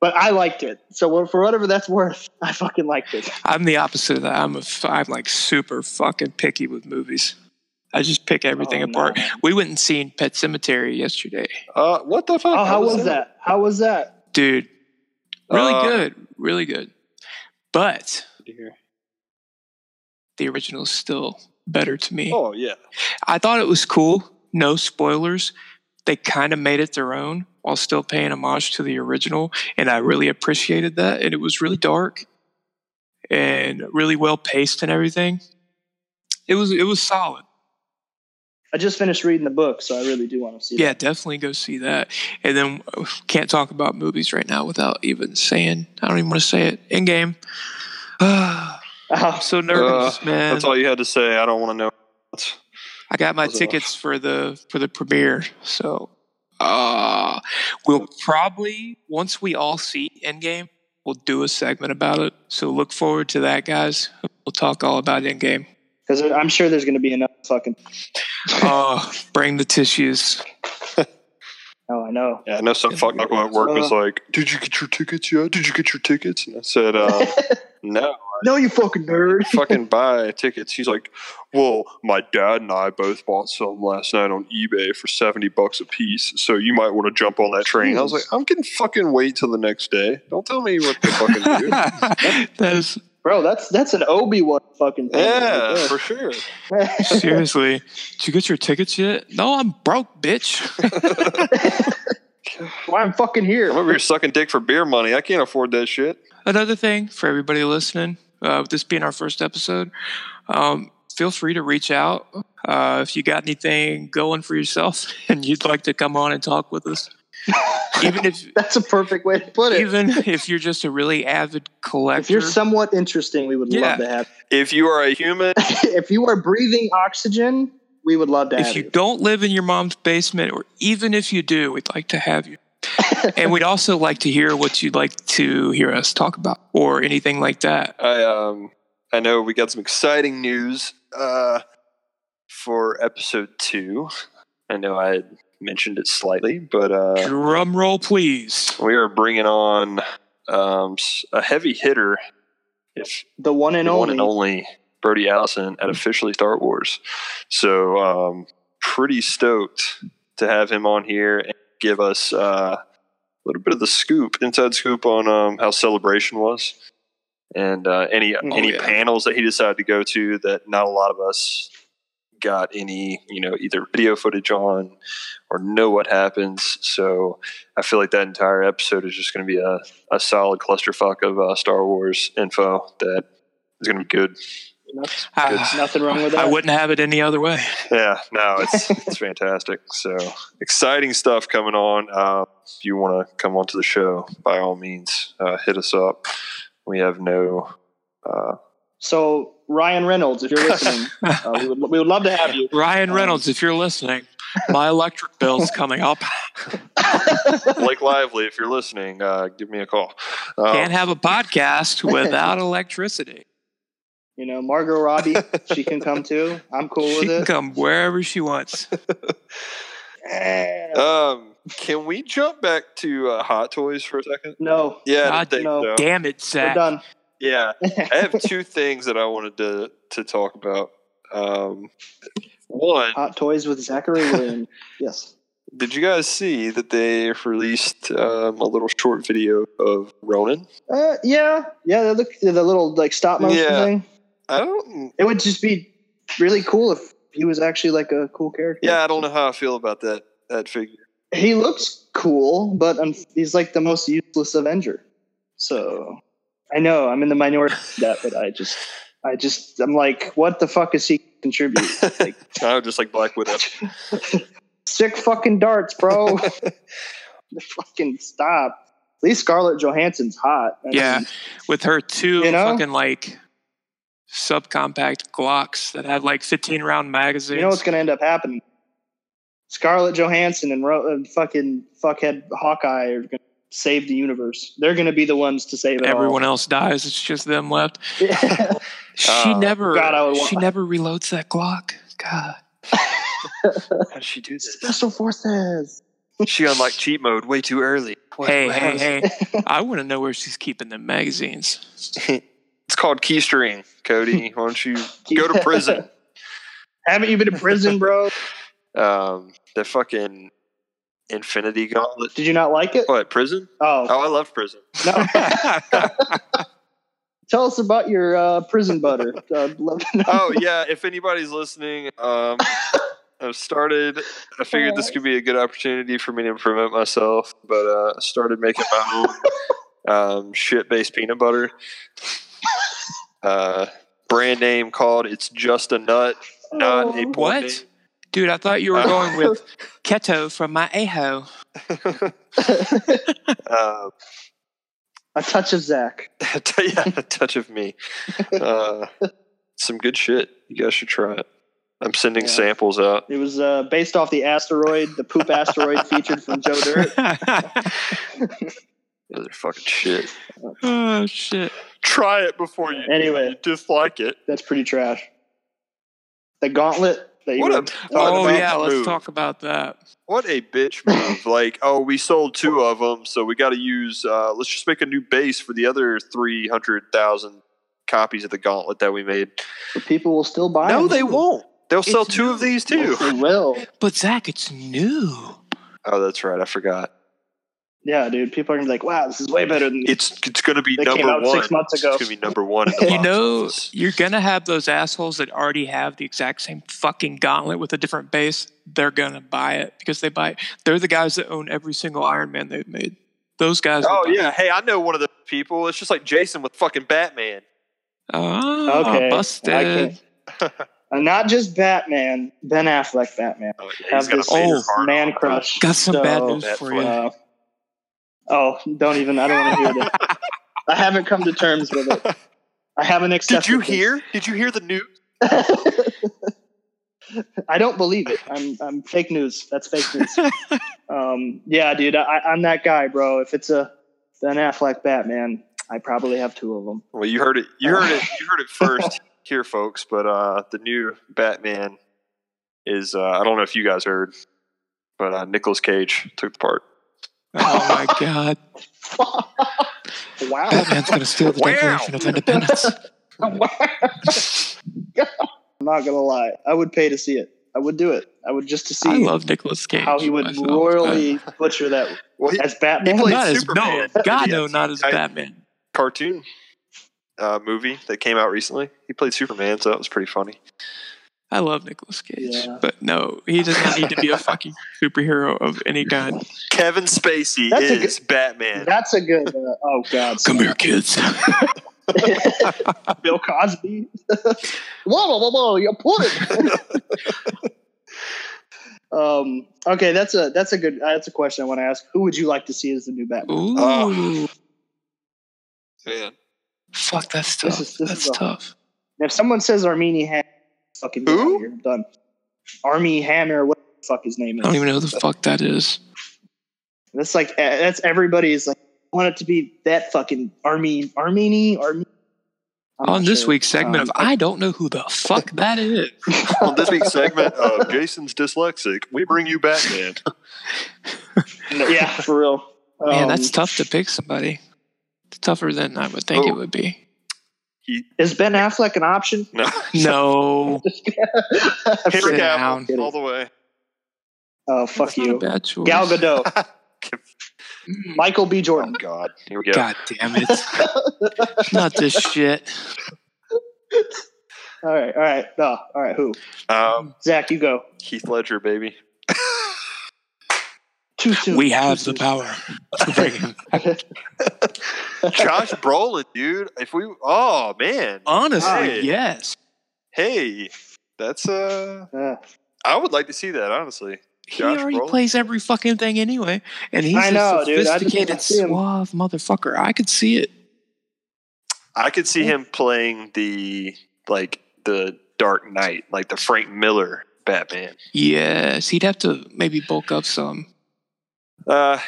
Speaker 4: but I liked it. So for whatever that's worth, I fucking liked it.
Speaker 2: I'm the opposite of that. I'm a f- I'm like super fucking picky with movies. I just pick everything
Speaker 4: Oh, no.
Speaker 2: apart. We went and seen Pet Cemetery yesterday,
Speaker 3: Uh, what the fuck?
Speaker 4: Oh, how was that? How was that?
Speaker 2: dude. Really
Speaker 3: Uh,
Speaker 2: good, really good. But
Speaker 3: Dear.
Speaker 2: the original is still better to me.
Speaker 3: Oh yeah.
Speaker 2: I thought it was cool. No spoilers. They kind of made it their own while still paying homage to the original. And I really appreciated that. And it was really dark and really well paced and everything. It was it was solid.
Speaker 4: I just finished reading the book, so I really do want to see.
Speaker 2: Yeah, definitely go see that. And then uh, can't talk about movies right now without even saying I don't even want to say it. In game. I'm
Speaker 4: That. Oh,
Speaker 2: so nervous,
Speaker 3: Uh,
Speaker 2: man.
Speaker 3: That's all you had to say. I don't want to know.
Speaker 2: I got my
Speaker 3: Those are-
Speaker 2: tickets for the for the premiere, so uh, we'll probably once we all see Endgame, we'll do a segment about it. So look forward to that, guys. We'll talk all about Endgame.
Speaker 4: because I'm sure there's going to be enough fucking.
Speaker 2: Oh, bring the tissues.
Speaker 4: Oh, I know.
Speaker 3: Yeah, I know some fuck knuckle at work
Speaker 4: Uh,
Speaker 3: was like, "Did you get your tickets yet? Did you get your tickets?" And I said, uh, "No,
Speaker 4: No, you fucking nerd.
Speaker 3: fucking buy tickets." He's like, "Well, my dad and I both bought some last night on eBay for seventy bucks a piece, so you might want to jump on that train." I was like, "I'm gonna fucking wait till the next day. Don't tell me what to fucking do."
Speaker 2: that is
Speaker 4: bro. That's that's an Obi Wan fucking. thing
Speaker 3: yeah,
Speaker 4: right
Speaker 3: for sure.
Speaker 4: there.
Speaker 2: seriously. Did you get your tickets yet? No, I'm broke, bitch.
Speaker 4: Why I'm fucking
Speaker 3: I'm
Speaker 4: here?
Speaker 3: over here sucking dick for beer money. I can't afford that shit.
Speaker 2: Another thing for everybody listening, uh, with this being our first episode, um, feel free to reach out uh, if you got anything going for yourself and you'd like to come on and talk with us. even if
Speaker 4: That's a perfect way to put it.
Speaker 2: even if you're just a really avid collector,
Speaker 4: If you're somewhat interesting, we would
Speaker 2: Yeah.
Speaker 4: love to have.
Speaker 3: If you are a human,
Speaker 4: if you are breathing oxygen, we would love to
Speaker 2: if
Speaker 4: have
Speaker 2: you don't live in your mom's basement, or even if you do, we'd like to have you. and we'd also like to hear what you'd like to hear us talk about or anything like that.
Speaker 3: I um I know we got some exciting news uh for episode two. I know I had mentioned it slightly, but uh
Speaker 2: Drum roll, please.
Speaker 3: we are bringing on um s- a heavy hitter, if
Speaker 4: the one and
Speaker 3: the one
Speaker 4: only.
Speaker 3: and only Brody Allison at officially Star Wars. So um pretty stoked to have him on here and give us uh a little bit of the scoop, inside scoop on um, how celebration was, and uh, any any
Speaker 2: yeah.
Speaker 3: panels that he decided to go to that not a lot of us got any you know either video footage on or know what happens. So I feel like that entire episode is just going to be a, a solid clusterfuck of uh, Star Wars info that is going to be good.
Speaker 2: I-
Speaker 4: Nothing wrong with that.
Speaker 2: I wouldn't have it any other way.
Speaker 3: Yeah, no, it's it's fantastic. So exciting stuff coming on. Uh, if you want to come onto the show, by all means, uh, hit us up. We have no. Uh,
Speaker 4: So Ryan Reynolds, if you're listening, uh, we, would, we would love to have you.
Speaker 2: Ryan Reynolds, if you're listening, my electric bill's coming up.
Speaker 3: Blake Lively, if you're
Speaker 4: Oh.
Speaker 3: listening, uh, give me a call. Um,
Speaker 2: Can't have a podcast without electricity.
Speaker 4: You know, Margot Robbie, she can come too. I'm cool
Speaker 2: she
Speaker 4: with
Speaker 2: can
Speaker 4: it.
Speaker 2: come wherever she wants.
Speaker 4: Eh,
Speaker 3: Um, can we jump back to uh, Hot Toys for a second?
Speaker 4: no,
Speaker 3: Yeah, I
Speaker 2: God,
Speaker 3: think
Speaker 4: no.
Speaker 3: so.
Speaker 2: Damn it,
Speaker 4: we're
Speaker 2: Zach.
Speaker 4: done.
Speaker 3: Yeah, I have two things that I wanted to to talk about. Um, one,
Speaker 4: Hot Toys with Zachary Williams. Yes.
Speaker 3: did you guys see that they released um, a little short video of Ronan?
Speaker 4: Uh, yeah, yeah. The, look- the little like stop motion
Speaker 3: Yeah.
Speaker 4: thing.
Speaker 3: I don't.
Speaker 4: It would just be really cool if he was actually like a cool character.
Speaker 3: Yeah, I don't know how I feel about that that figure.
Speaker 4: he looks cool, but um, he's like the most useless Avenger. So I know I'm in the minority of that, but I just, I just, I'm like, what the fuck is he contribute? Like,
Speaker 3: I would just like Black Widow.
Speaker 4: sick fucking darts, bro. fucking stop. At least Scarlett Johansson's hot. I
Speaker 2: Yeah.
Speaker 4: mean,
Speaker 2: With her two
Speaker 4: You know?
Speaker 2: fucking like subcompact Glocks that have like 15 round magazines.
Speaker 4: you know what's gonna end up happening? Scarlett Johansson and Ro- and fucking fuckhead Hawkeye are gonna save the universe. They're gonna be the ones to save it all.
Speaker 2: Everyone else dies. It's just them left. She
Speaker 3: Oh,
Speaker 2: never.
Speaker 4: God, I would want-
Speaker 2: she never reloads that Glock. God.
Speaker 3: How did she do this?
Speaker 4: Special forces.
Speaker 3: She unlocked cheat mode way too early. What-
Speaker 2: hey,
Speaker 3: what
Speaker 2: hey,
Speaker 3: happened?
Speaker 2: hey! I want to know where she's keeping them magazines.
Speaker 3: It's called keystring, Cody. Why don't you go to prison?
Speaker 4: Haven't you been to prison, bro?
Speaker 3: Um, the fucking Infinity Gauntlet.
Speaker 4: Did you not like it?
Speaker 3: What prison?
Speaker 4: Oh,
Speaker 3: Oh, I love prison.
Speaker 4: no. Tell us about your uh, prison butter. Uh, love-
Speaker 3: oh yeah, if anybody's listening, um, I've started. I figured this could be a good opportunity for me to promote myself, but uh, I started making my own um, shit-based peanut butter. Uh, brand name called "It's Just a Nut, Not a Porn
Speaker 2: What?
Speaker 3: Name.
Speaker 2: Dude, I thought you were
Speaker 3: Uh,
Speaker 2: going with Keto from my Aho.
Speaker 3: Uh,
Speaker 4: a touch of Zach.
Speaker 3: t- yeah, a touch of me. Uh, some good shit. You guys should try it. I'm sending
Speaker 4: Yeah.
Speaker 3: samples out.
Speaker 4: It was uh, based off the asteroid, the poop asteroid featured from Joe Dirt.
Speaker 3: Those are fucking shit.
Speaker 2: oh shit!
Speaker 3: Try it before you,
Speaker 4: Anyway,
Speaker 3: dislike it.
Speaker 4: that's pretty trash. The gauntlet that you
Speaker 3: What
Speaker 4: were
Speaker 3: a-
Speaker 4: talking
Speaker 2: Oh
Speaker 4: about.
Speaker 2: yeah, let's
Speaker 3: move.
Speaker 2: talk about that.
Speaker 3: What a bitch move! like, oh, we sold two of them, so we got to use. Uh, let's just make a new base for the other three hundred thousand copies of the Gauntlet that we made.
Speaker 4: But people will still buy
Speaker 3: No,
Speaker 4: them.
Speaker 3: they won't. They'll sell
Speaker 2: It's
Speaker 3: two
Speaker 2: new.
Speaker 3: of these too.
Speaker 4: Yes, they will.
Speaker 2: But Zach, it's new.
Speaker 3: Oh, that's right. I forgot.
Speaker 4: Yeah, dude. People are going to be like, wow, this is way better than
Speaker 3: It's it's going to be
Speaker 4: They came
Speaker 3: number
Speaker 4: out
Speaker 3: one.
Speaker 4: six months ago.
Speaker 3: It's going to be number one. In the
Speaker 2: You
Speaker 3: box
Speaker 2: know,
Speaker 3: office.
Speaker 2: you're gonna have those assholes that already have the exact same fucking gauntlet with a different base. They're gonna buy it because they buy. They're the guys that own every single Iron Man they've made. Those guys. will
Speaker 3: Oh
Speaker 2: buy it.
Speaker 3: yeah. Hey, I know one of the people. It's just like Jason with fucking Batman.
Speaker 2: Oh,
Speaker 4: Okay. I
Speaker 2: busted.
Speaker 4: can't- And not just Batman, Ben Affleck Batman.
Speaker 3: Oh, yeah,
Speaker 4: Have
Speaker 3: he's got
Speaker 4: this
Speaker 3: a Vader
Speaker 2: old
Speaker 3: heart
Speaker 4: Man
Speaker 3: on.
Speaker 4: crush.
Speaker 2: Got some bad
Speaker 4: So-
Speaker 2: news
Speaker 3: That's
Speaker 2: for
Speaker 3: what-
Speaker 2: you.
Speaker 4: Uh, oh, don't even. I don't want to hear this. I haven't come to terms with it. I haven't
Speaker 3: Did
Speaker 4: accepted.
Speaker 3: you
Speaker 4: this.
Speaker 3: hear? Did you hear the news?
Speaker 4: I don't believe it. I'm I'm fake news. That's fake news. um, yeah, dude. I, I'm that guy, bro. If it's a Ben Affleck Batman, I probably have two of them.
Speaker 3: Well, you heard it. You
Speaker 2: Oh.
Speaker 3: heard it. You heard it first here, folks. But uh, the new Batman is. Uh, I don't know if you guys heard, but uh, Nicolas Cage took the part.
Speaker 2: Oh my god.
Speaker 4: Wow.
Speaker 2: Batman's gonna steal the
Speaker 3: Wow.
Speaker 2: Declaration of Independence.
Speaker 4: I'm not gonna lie. I would pay to see it. I would do it. I would just to see
Speaker 2: I love Nicolas Cage.
Speaker 4: how he would
Speaker 2: myself,
Speaker 4: royally butcher that
Speaker 3: Well, he,
Speaker 4: as
Speaker 3: he
Speaker 4: Batman.
Speaker 2: but-
Speaker 3: played
Speaker 2: Not as no,
Speaker 3: Superman.
Speaker 2: God
Speaker 3: Yeah,
Speaker 2: no, not as
Speaker 3: I-
Speaker 2: Batman.
Speaker 3: cartoon uh, movie that came out recently. He played Superman, so that was pretty funny.
Speaker 2: I love Nicolas Cage,
Speaker 4: Yeah.
Speaker 2: but no, he does not need to be a fucking superhero of any kind.
Speaker 3: Kevin Spacey
Speaker 4: That's a
Speaker 3: is Batman.
Speaker 4: That's a good. Uh, oh God.
Speaker 2: Come here, kids.
Speaker 4: Bill Cosby. whoa, whoa, whoa, whoa! You're pulling. um. Okay, that's a that's a good uh, that's a question I want to ask. Who would you like to see as the new Batman?
Speaker 2: Ooh,
Speaker 3: Oh. Man.
Speaker 2: fuck, that's tough.
Speaker 4: This is- this
Speaker 2: that's
Speaker 4: is a-
Speaker 2: tough.
Speaker 4: And If someone says Armini Hammer, fucking get
Speaker 3: Who?
Speaker 4: out of here. I'm done. Army Hammer, what the fuck his
Speaker 2: I
Speaker 4: name is?
Speaker 2: don't even know who the fuck that is.
Speaker 4: That's like that's everybody's like I want it to be that fucking Armin Armini Armin. I'm
Speaker 2: on
Speaker 4: not
Speaker 2: this
Speaker 4: sure.
Speaker 2: week's segment
Speaker 4: Um,
Speaker 2: of I don't know who the fuck that is.
Speaker 3: On this week's segment of Jason's Dyslexic, we bring you Batman.
Speaker 4: yeah, for real.
Speaker 2: Man,
Speaker 4: Um,
Speaker 2: that's tough to pick somebody. It's tougher than I would think
Speaker 3: Oh.
Speaker 2: it would be.
Speaker 4: Is Ben Affleck an option?
Speaker 3: No.
Speaker 2: No.
Speaker 3: Henry
Speaker 2: Sit
Speaker 3: Cavill
Speaker 4: down.
Speaker 3: all the way.
Speaker 4: oh,
Speaker 2: that's
Speaker 4: fuck
Speaker 2: not a
Speaker 4: you.
Speaker 2: bad choice. Mm,
Speaker 4: Gal Gadot, Michael B.
Speaker 3: Oh
Speaker 4: Jordan.
Speaker 3: God! Here we go.
Speaker 2: God damn it. not this shit.
Speaker 4: All right, all right, no, all right. Who?
Speaker 3: Um,
Speaker 4: Zach, you go.
Speaker 3: Heath Ledger, baby.
Speaker 4: Too soon.
Speaker 2: We
Speaker 4: too
Speaker 2: have the
Speaker 4: soon.
Speaker 2: power to bring him.
Speaker 3: Josh Brolin, dude. If we, oh man,
Speaker 4: Uh,
Speaker 2: Honestly,
Speaker 3: Hey.
Speaker 2: yes.
Speaker 3: hey, that's uh,
Speaker 4: Uh,
Speaker 3: I would like to see that honestly.
Speaker 2: He
Speaker 3: Josh
Speaker 2: already
Speaker 3: Brolin?
Speaker 2: plays every fucking thing anyway. And he's
Speaker 4: I know,
Speaker 2: a
Speaker 4: dude. I just wanna
Speaker 2: sophisticated,
Speaker 4: see him.
Speaker 2: suave motherfucker. I could see it.
Speaker 3: I could see him playing the like the Dark Knight, like the Frank Miller Batman.
Speaker 2: Yes. He'd have to maybe bulk up some.
Speaker 3: Uh,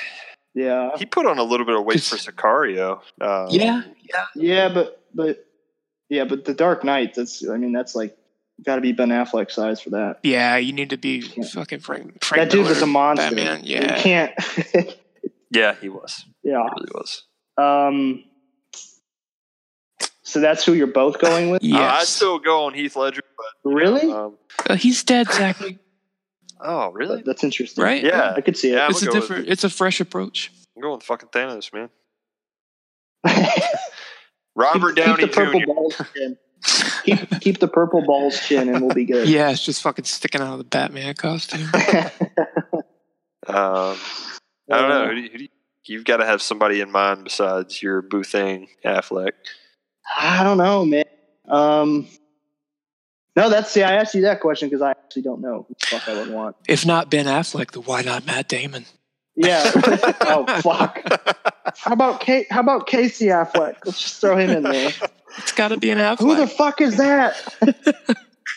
Speaker 4: yeah,
Speaker 3: he put on a little bit of weight for Sicario. Um,
Speaker 2: Yeah. Yeah.
Speaker 4: yeah, but but yeah, but the Dark Knight. That's I mean, that's like got to be Ben Affleck size for that.
Speaker 2: Yeah. You need to be
Speaker 4: Yeah.
Speaker 2: fucking Frank. Frank
Speaker 4: that dude was
Speaker 2: Miller
Speaker 4: a monster.
Speaker 2: Batman.
Speaker 4: You
Speaker 3: Uh,
Speaker 2: Yeah.
Speaker 4: can't.
Speaker 3: yeah, he was.
Speaker 4: yeah.
Speaker 3: He really was.
Speaker 4: Um. So that's who you're both going with.
Speaker 3: Uh, I
Speaker 2: Yes.
Speaker 3: still go on Heath Ledger, but
Speaker 4: Really?
Speaker 3: um,
Speaker 2: Uh, he's dead, Zachary.
Speaker 3: oh really?
Speaker 4: That- That's interesting.
Speaker 2: Right?
Speaker 3: Yeah,
Speaker 4: I could see it.
Speaker 3: Yeah, I'm
Speaker 2: it's a
Speaker 3: gonna go with-
Speaker 2: different. It's a fresh approach.
Speaker 3: I'm going fucking Thanos, man. Robert
Speaker 4: keep,
Speaker 3: Downey
Speaker 4: keep the purple
Speaker 3: Jr.
Speaker 4: balls chin. Keep, keep the purple balls chin, and we'll be good. Uh,
Speaker 2: Yeah, it's just fucking sticking out of the Batman costume.
Speaker 3: Um, I don't know. Who do you, who do you, you've got to have somebody in mind besides your boo thing, Affleck.
Speaker 4: I don't know, man. Um, no, that's see, I asked you that question because I actually don't know who the fuck I would want.
Speaker 2: if not Ben Affleck, then why not Matt Damon?
Speaker 4: Yeah. oh fuck. How about Kate? How about Casey Affleck? Let's just throw him in there.
Speaker 2: It's got to be an Affleck.
Speaker 4: Who the fuck is that?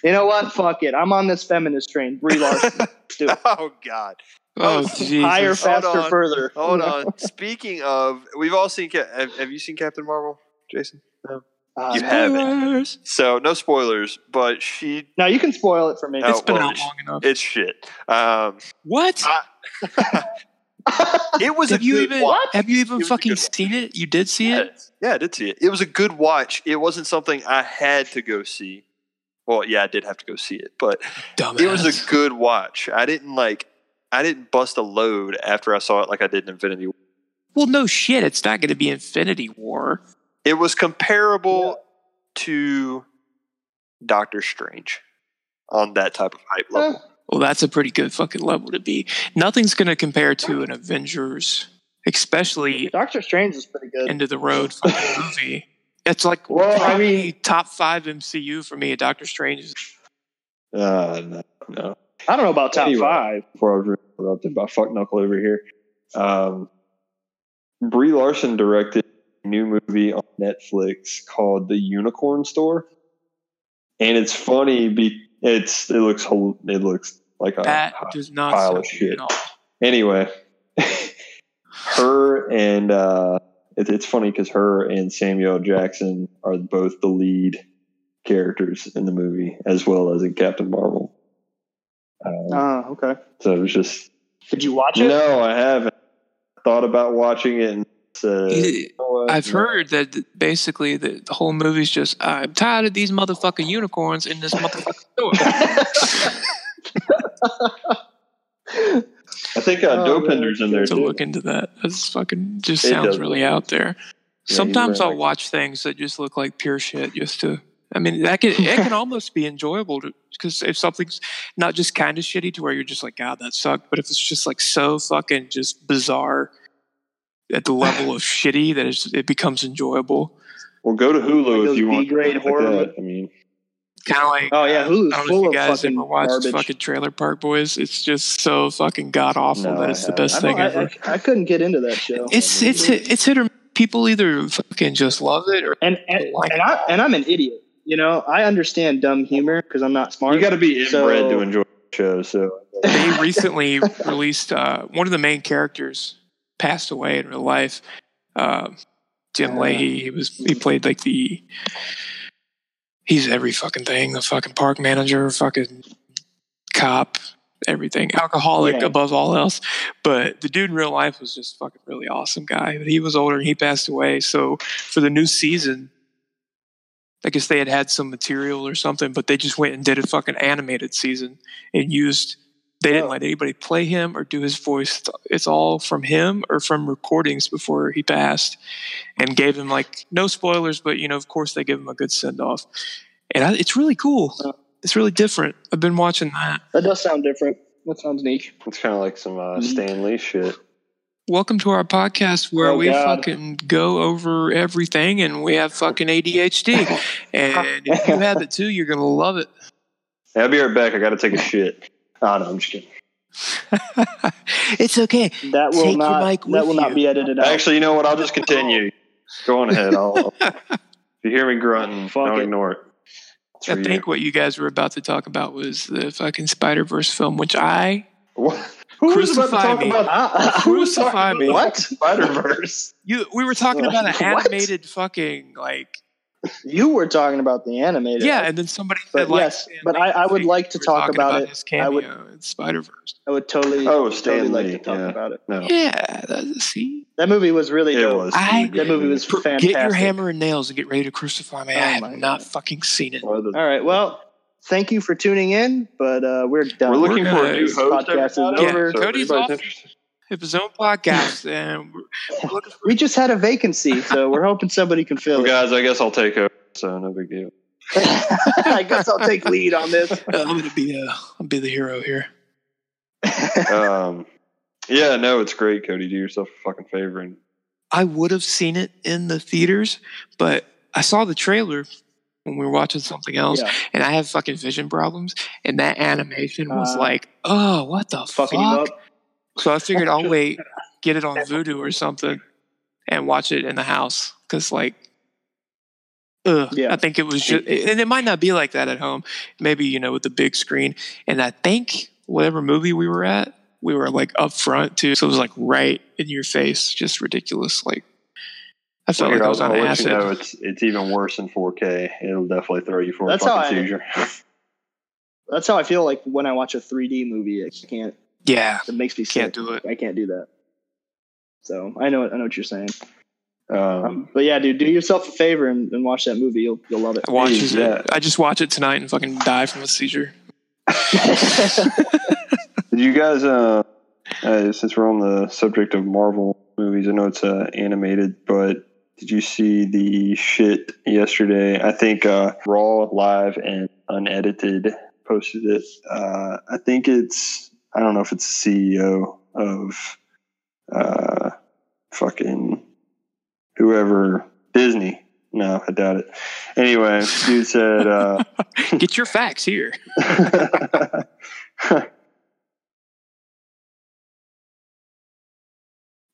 Speaker 4: you know what? Fuck it. I'm on this feminist train. Brie Larson. Do it.
Speaker 3: oh God!
Speaker 2: oh,
Speaker 3: Oh,
Speaker 2: Jesus.
Speaker 4: Higher,
Speaker 3: Hold
Speaker 4: faster,
Speaker 3: on.
Speaker 4: further.
Speaker 3: Hold on. Speaking of, we've all seen. Cap- Have, have you seen Captain Marvel, Jason?
Speaker 4: Uh,
Speaker 3: You have it.
Speaker 2: Spoilers.
Speaker 3: So no spoilers, but she
Speaker 4: no, you can spoil it for me.
Speaker 3: No.
Speaker 2: It's been
Speaker 3: well,
Speaker 2: out
Speaker 3: it's-
Speaker 2: long enough.
Speaker 3: it's shit. Um,
Speaker 2: What?
Speaker 3: I- it was
Speaker 2: Have
Speaker 3: a
Speaker 2: you
Speaker 3: good
Speaker 2: even?
Speaker 3: watch.
Speaker 2: Have you
Speaker 3: It
Speaker 2: even
Speaker 3: was a
Speaker 2: fucking
Speaker 3: good one.
Speaker 2: seen it? You did see it.
Speaker 3: Yeah, I did see it. It was a good watch. It wasn't something I had to go see. Well, yeah, I did have to go see it, but
Speaker 2: Dumbass.
Speaker 3: it was a good watch. I didn't like. I didn't bust a load after I saw it like I did in Infinity. War.
Speaker 2: well, no shit. It's not going to be Infinity War.
Speaker 3: It was comparable to Doctor Strange on that type of hype
Speaker 4: uh,
Speaker 3: level.
Speaker 2: Well, that's a pretty good fucking level to be. Nothing's going to compare to an Avengers, especially
Speaker 4: Doctor Strange is pretty good.
Speaker 2: end of the road fucking movie. It's like
Speaker 4: Well, I
Speaker 2: probably
Speaker 4: mean-
Speaker 2: top five MCU for me. Doctor Strange is
Speaker 5: Uh, no, no.
Speaker 4: I don't know about top
Speaker 5: Anyway.
Speaker 4: five.
Speaker 5: Before I was interrupted by fuck knuckle over here. Um, Brie Larson directed a new movie on Netflix called The Unicorn Store, and it's funny. Be it's it looks hol- it looks like a
Speaker 2: that does not
Speaker 5: pile
Speaker 2: sound
Speaker 5: of shit.
Speaker 2: good at all.
Speaker 5: anyway. her and uh, it, it's funny because her and Samuel L. Jackson are both the lead characters in the movie, as well as in Captain Marvel. Uh,
Speaker 4: Ah, okay.
Speaker 5: so it was just
Speaker 4: Did you watch it?
Speaker 5: No, I haven't thought about watching it. And said, you
Speaker 2: It-
Speaker 5: know what?
Speaker 2: I've
Speaker 5: No.
Speaker 2: heard that th- basically the, the whole movie's just I'm tired of these motherfucking unicorns in this motherfucking store.
Speaker 5: I think uh,
Speaker 4: Oh,
Speaker 5: Dopender's in there
Speaker 2: to
Speaker 5: too.
Speaker 2: look into that. That's fucking just
Speaker 5: It
Speaker 2: sounds
Speaker 5: does.
Speaker 2: really out there.
Speaker 5: Yeah,
Speaker 2: Sometimes
Speaker 5: you're
Speaker 2: I'll
Speaker 5: right.
Speaker 2: watch things that just look like pure shit just to I mean that can it can almost be enjoyable because if something's not just kind of shitty to where you're just like god that sucked but if it's just like so fucking just bizarre at the level of shitty that it's, it becomes enjoyable
Speaker 5: Well, go to Hulu
Speaker 4: Those
Speaker 5: if you want.
Speaker 4: B-grade
Speaker 5: something
Speaker 4: horror
Speaker 5: Like that. I mean,
Speaker 2: kind of like
Speaker 4: oh yeah,
Speaker 2: I
Speaker 4: Hulu's
Speaker 2: don't know if
Speaker 4: full
Speaker 2: you
Speaker 4: of
Speaker 2: guys
Speaker 4: fucking
Speaker 2: ever watched
Speaker 4: garbage.
Speaker 2: fucking Trailer Park Boys. It's just so fucking god awful
Speaker 5: No,
Speaker 2: that
Speaker 5: I
Speaker 2: it's the
Speaker 5: haven't.
Speaker 2: best
Speaker 4: I,
Speaker 2: thing
Speaker 4: don't- I-
Speaker 2: ever.
Speaker 4: I- I couldn't get into that show.
Speaker 2: it's it's hit, it's hit or people either fucking just love it or
Speaker 4: and and, and, I, and I'm an idiot. You know, I understand dumb humor because I'm not smart.
Speaker 5: you got to be inbred
Speaker 4: So-
Speaker 5: to enjoy the show. So
Speaker 2: they recently released uh, one of the main characters passed away Um, in real life. Uh, Jim Leahy, he was he played like the he's every fucking thing the fucking park manager fucking cop everything alcoholic
Speaker 4: Yeah.
Speaker 2: above all else but the dude in real life was just a fucking really awesome guy but he was older and he passed away so for the new season i guess they had had some material or something but they just went and did a fucking animated season and used they didn't
Speaker 4: Oh.
Speaker 2: let anybody play him or do his voice it's all from him or from recordings before he passed and gave him like no spoilers but you know of course they give him a good send off and I, it's really cool
Speaker 4: Oh.
Speaker 2: it's really different i've been watching that
Speaker 4: That does sound different. That sounds neat.
Speaker 3: It's kind of like some uh, Stan Lee shit.
Speaker 2: Welcome to our podcast where
Speaker 4: Oh,
Speaker 2: we
Speaker 4: God.
Speaker 2: fucking go over everything and we have fucking ADHD. and if you have it too, you're going to love it.
Speaker 3: Hey, I'll be right back. I got to take a shit.
Speaker 5: Ah,
Speaker 3: Oh, no, I'm just kidding.
Speaker 2: it's okay.
Speaker 4: That will
Speaker 2: Take your
Speaker 4: not.
Speaker 2: mic with
Speaker 4: That will
Speaker 2: you.
Speaker 4: not be edited out.
Speaker 3: Actually, you know what? I'll just continue. Go on ahead. I'll, if you hear me grunting,
Speaker 4: Fuck
Speaker 3: don't
Speaker 4: it.
Speaker 3: ignore it. It's
Speaker 2: I
Speaker 3: for you.
Speaker 2: think what you guys were about to talk about was the fucking Spider Verse film, which I
Speaker 3: What? Who was about to
Speaker 2: Crucify
Speaker 3: talk
Speaker 2: me.
Speaker 3: about
Speaker 4: Ah,
Speaker 3: Who was
Speaker 2: Crucify
Speaker 3: talking
Speaker 2: me.
Speaker 3: about what? Spider Verse.
Speaker 2: you we were talking about an
Speaker 4: What?
Speaker 2: animated fucking like
Speaker 4: you were talking about the animated.
Speaker 2: yeah, and then somebody said
Speaker 4: But
Speaker 2: like
Speaker 4: yes, but I- I would like to talk about it. I would-
Speaker 2: Spider Verse.
Speaker 4: I would totally.
Speaker 3: Oh,
Speaker 4: totally
Speaker 3: Stan
Speaker 4: like
Speaker 3: Lee.
Speaker 4: to talk
Speaker 3: yeah.
Speaker 4: about it.
Speaker 3: No,
Speaker 2: Yeah, that's, see,
Speaker 4: That movie was really
Speaker 3: it
Speaker 4: dope.
Speaker 3: was.
Speaker 2: I-
Speaker 4: That movie was
Speaker 2: Pr-
Speaker 4: fantastic.
Speaker 2: get your hammer and nails and get ready to crucify me. I
Speaker 4: Oh
Speaker 2: have
Speaker 4: my
Speaker 2: not
Speaker 4: God.
Speaker 2: fucking seen it.
Speaker 3: Well, the-
Speaker 4: All right. Well, thank you for tuning in, but uh, we're done.
Speaker 3: We're looking
Speaker 2: We're
Speaker 3: for a
Speaker 2: gonna-
Speaker 3: new host.
Speaker 4: podcast
Speaker 3: everybody,
Speaker 4: is over.
Speaker 3: so
Speaker 2: Yeah,
Speaker 3: if
Speaker 2: Cody's
Speaker 3: anybody's
Speaker 2: off.
Speaker 3: interested-
Speaker 2: If his own podcast, and we're we're looking for
Speaker 4: we just had a vacancy, so we're hoping somebody can
Speaker 3: Well,
Speaker 4: fill it.
Speaker 3: guys, I guess I'll take over. So no big deal.
Speaker 4: I guess I'll take lead on this.
Speaker 2: Uh, I'm gonna be uh, I'll be the hero here.
Speaker 3: Um, yeah, no, it's great, Cody. Do yourself a fucking favor and
Speaker 2: I would have seen it in the theaters, but I saw the trailer when we were watching something else,
Speaker 4: Yeah.
Speaker 2: and I have fucking vision problems, and that animation was
Speaker 4: Uh,
Speaker 2: like, oh, what the
Speaker 4: Fucking you
Speaker 2: fuck?
Speaker 4: up.
Speaker 2: So I figured I'll wait, get it on Vudu or something, and watch it in the house because like. Ugh,
Speaker 4: Yeah.
Speaker 2: I think it was just, and it might not be like that at home. Maybe you know with the big screen. And I think whatever movie we were at, we were like up front too, so it was like right in your face, just ridiculous. Like I felt
Speaker 3: Here,
Speaker 2: like I was
Speaker 3: I'll,
Speaker 2: on
Speaker 3: I'll let
Speaker 2: acid.
Speaker 3: you know it's it's even worse in 4K. It'll definitely throw you for
Speaker 4: That's
Speaker 3: a
Speaker 4: how
Speaker 3: fucking
Speaker 4: I-
Speaker 3: seizure.
Speaker 4: That's how I feel like when I watch a 3D movie. I can't.
Speaker 2: Yeah,
Speaker 4: It makes me sick.
Speaker 2: can't do it.
Speaker 4: I can't do that. So I know. I know what you're saying.
Speaker 3: Um,
Speaker 4: But yeah, dude, do yourself a favor and, and watch that movie. You'll you'll love it.
Speaker 2: I watches
Speaker 3: yeah.
Speaker 2: it. I just watch it tonight and fucking die from a seizure.
Speaker 3: did you guys? Uh, uh, since we're on the subject of Marvel movies, I know it's uh, animated, but did you see the shit yesterday? I think uh, Raw live and unedited posted it. Uh, I think it's I don't know if it's CEO of uh, fucking whoever Disney. No, I doubt it. Anyway, dude said. Uh,
Speaker 2: Get your facts here.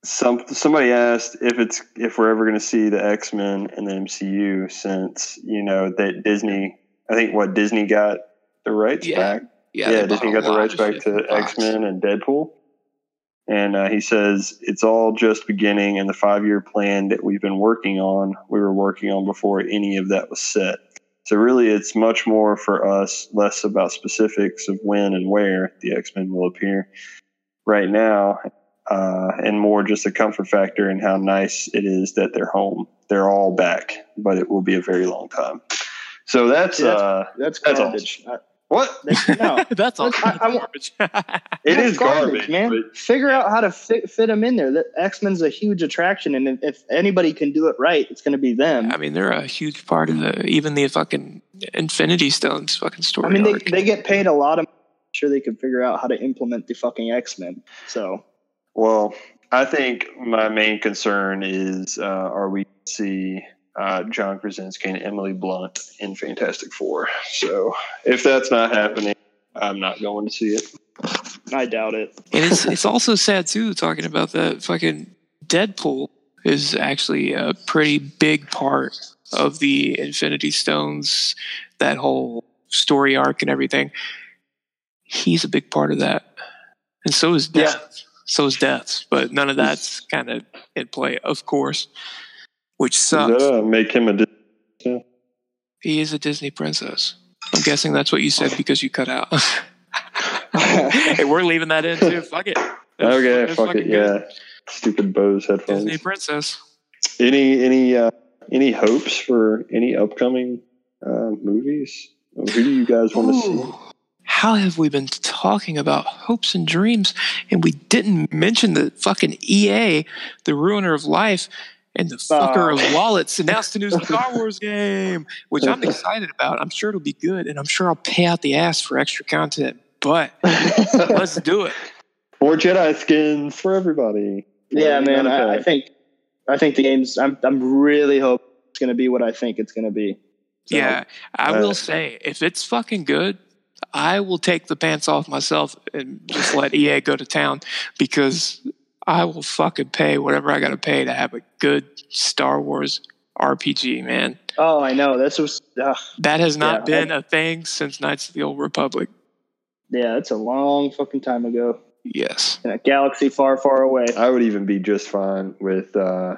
Speaker 3: Some somebody asked if it's if we're ever going to see the X Men and the MCU since you know that Disney. I think what Disney got the rights
Speaker 2: Yeah.
Speaker 3: back. Yeah,
Speaker 2: they bought
Speaker 3: Disney
Speaker 2: a
Speaker 3: got the
Speaker 2: lot
Speaker 3: rights
Speaker 2: of
Speaker 3: back
Speaker 2: shit
Speaker 3: to
Speaker 2: from Fox.
Speaker 3: X Men and Deadpool. And uh, he says it's all just beginning, and the five-year plan that we've been working on, we were working on before any of that was set. So really, it's much more for us, less about specifics of when and where the X-Men will appear. Right now, uh, and more just a comfort factor and how nice it is that they're home. They're all back, but it will be a very long time. So that's,
Speaker 4: Yeah, that's-
Speaker 3: uh,
Speaker 4: That's
Speaker 3: That's
Speaker 4: garbage. I-
Speaker 3: what
Speaker 4: that's- no,
Speaker 2: That's all.
Speaker 4: I- I want-
Speaker 2: garbage.
Speaker 3: it
Speaker 4: That's
Speaker 3: is garbage,
Speaker 4: man.
Speaker 3: but-
Speaker 4: Figure out how to fit, fit them in there. That X Men's a huge attraction, and if, if anybody can do it right, it's going to be them.
Speaker 2: I mean, they're a huge part of the even the fucking Infinity Stones fucking story.
Speaker 4: I mean, they,
Speaker 2: arc.
Speaker 4: they get paid a lot of. I'm sure they could figure out how to implement the fucking X Men. So
Speaker 3: Well, I think my main concern is uh, are we gonna see uh, John Krasinski and Emily Blunt in Fantastic Four? So if that's not happening, I'm not going to see it.
Speaker 4: I doubt it.
Speaker 2: and it's it's also sad too talking about that fucking Deadpool is actually a pretty big part of the Infinity Stones, that whole story arc and everything. He's a big part of that, and so is death. So is death, but none of that's kind of in play, of course, which sucks.
Speaker 3: Does that uh, make him a? Dis-
Speaker 2: He is a Disney princess. I'm guessing that's what you said because you cut out. hey,
Speaker 3: okay,
Speaker 2: we're leaving that in too. Fuck it. That's- that's
Speaker 3: fuck
Speaker 2: fucking
Speaker 3: it.
Speaker 2: good.
Speaker 3: Yeah, stupid Bose headphones.
Speaker 2: Disney princess.
Speaker 3: Any any uh, any hopes for any upcoming uh, movies? Who do you guys want to see?
Speaker 2: Ooh. How have we been talking about hopes and dreams and we didn't mention the fucking EA, the ruiner of life, and the fucker of wallets announced a new Star Wars game, which I'm excited about. I'm sure it'll be good and I'm sure I'll pay out the ass for extra content, but let's do it.
Speaker 3: More Jedi skins for everybody.
Speaker 4: Yeah, man. I, I
Speaker 3: think
Speaker 4: think I think the game's. I'm I'm really hoping it's going to be what I think it's going to be. So,
Speaker 2: yeah, I
Speaker 3: uh,
Speaker 2: will say if it's fucking good, I will take the pants off myself and just let EA go to town because I will fucking pay whatever I got to pay to have a good Star Wars RPG, man.
Speaker 4: Oh, I know. This was. Uh,
Speaker 2: That has not
Speaker 4: Yeah, I-
Speaker 2: been a thing since Knights of the Old Republic.
Speaker 4: yeah, it's a long fucking time ago.
Speaker 2: Yes.
Speaker 4: In a galaxy far, far away.
Speaker 3: I would even be just fine with uh,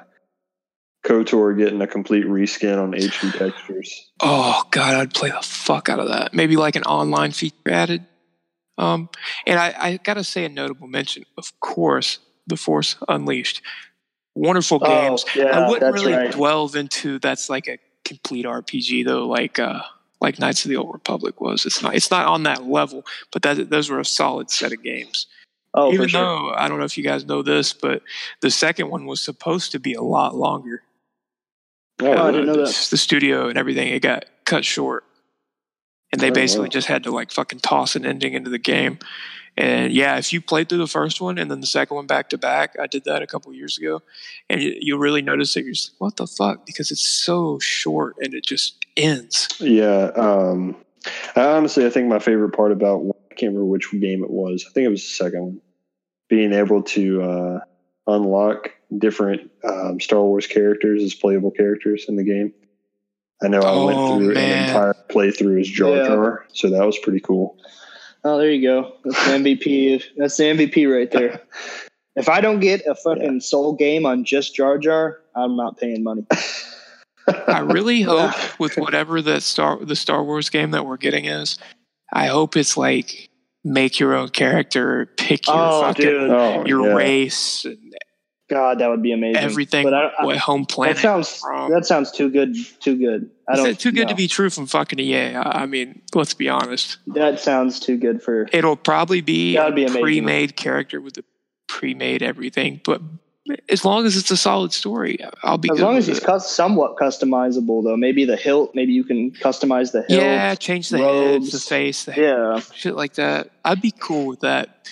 Speaker 3: Kotor getting a complete reskin on HD textures.
Speaker 2: Oh god, I'd play the fuck out of that. Maybe like an online feature added. Um, and I, I gotta say a notable mention, of course, The Force Unleashed. Wonderful
Speaker 4: Oh,
Speaker 2: games.
Speaker 4: yeah,
Speaker 2: I wouldn't
Speaker 4: that's
Speaker 2: really
Speaker 4: right.
Speaker 2: delve into that's like a complete RPG though, like uh, like Knights of the Old Republic was. It's not it's not on that level, but that those were a solid set of games.
Speaker 4: Oh,
Speaker 2: Even
Speaker 4: for sure.
Speaker 2: though I don't know if you guys know this, but the second one was supposed to be a lot longer.
Speaker 4: Oh, I
Speaker 3: Oh,
Speaker 4: didn't know
Speaker 2: the,
Speaker 4: that.
Speaker 2: Uh, the studio and everything, it got cut short. And they
Speaker 3: Oh,
Speaker 2: basically
Speaker 3: wow.
Speaker 2: just had to like fucking toss an ending into the game. And yeah, if you played through the first one and then the second one back to back, I did that a couple years ago. And you, you really notice that you're just like, what the fuck? Because it's so short and it just ends.
Speaker 3: yeah. Um, I honestly, I think my favorite part about I can't remember which game it was. I think it was the second one. Being able to uh, unlock different um, Star Wars characters as playable characters in the game. I know I
Speaker 2: Oh,
Speaker 3: went through
Speaker 2: man.
Speaker 3: an entire playthrough as Jar
Speaker 4: Yeah.
Speaker 3: Jar, so that was pretty cool.
Speaker 4: Oh, there you go. That's the MVP. That's the MVP right there. If I don't get a fucking soul game on just Jar Jar, I'm not paying money.
Speaker 2: I really hope with whatever the Star the Star Wars game that we're getting is, I hope it's like make your own character, pick your
Speaker 4: Oh,
Speaker 2: fucking
Speaker 4: dude.
Speaker 3: Oh,
Speaker 2: your
Speaker 3: yeah.
Speaker 2: race and
Speaker 4: God, that would be amazing.
Speaker 2: everything
Speaker 4: But I, I,
Speaker 2: what home
Speaker 4: that
Speaker 2: planet
Speaker 4: sounds
Speaker 2: from.
Speaker 4: that sounds too good. Too good. I
Speaker 2: Is
Speaker 4: don't.
Speaker 2: it too good
Speaker 4: no.
Speaker 2: to be true from fucking EA? I I mean, let's be honest.
Speaker 4: That sounds too good for.
Speaker 2: It'll probably be
Speaker 4: That
Speaker 2: a
Speaker 4: would be amazing.
Speaker 2: pre-made character with the pre-made everything, but as long as it's a solid story, I'll be
Speaker 4: As
Speaker 2: good
Speaker 4: long as
Speaker 2: with
Speaker 4: it's
Speaker 2: it.
Speaker 4: cus- somewhat customizable, though, maybe the hilt. Maybe you can customize the hilt.
Speaker 2: yeah, change the heads, the
Speaker 4: robes.
Speaker 2: face, the hair,
Speaker 4: Yeah.
Speaker 2: shit like that. I'd be cool with that,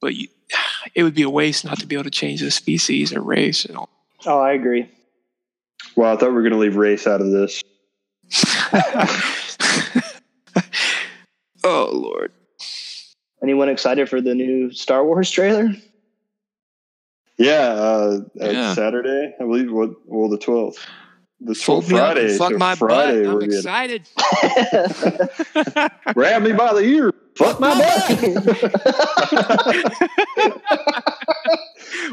Speaker 2: but you, it would be a waste not to be able to change the species and race and all.
Speaker 4: Oh, I agree.
Speaker 3: Wow, I thought we were going to leave race out of this.
Speaker 2: oh lord.
Speaker 4: Anyone excited for the new Star Wars trailer?
Speaker 3: Yeah, uh, uh,
Speaker 2: Yeah.
Speaker 3: Saturday, I believe. What? Well, the twelfth. The
Speaker 2: Fold
Speaker 3: twelfth
Speaker 2: me up and
Speaker 3: Friday.
Speaker 2: fuck
Speaker 3: so
Speaker 2: my
Speaker 3: Friday,
Speaker 2: butt. I'm
Speaker 3: we're good.
Speaker 2: excited.
Speaker 3: Grab me by the ear. Fuck my butt.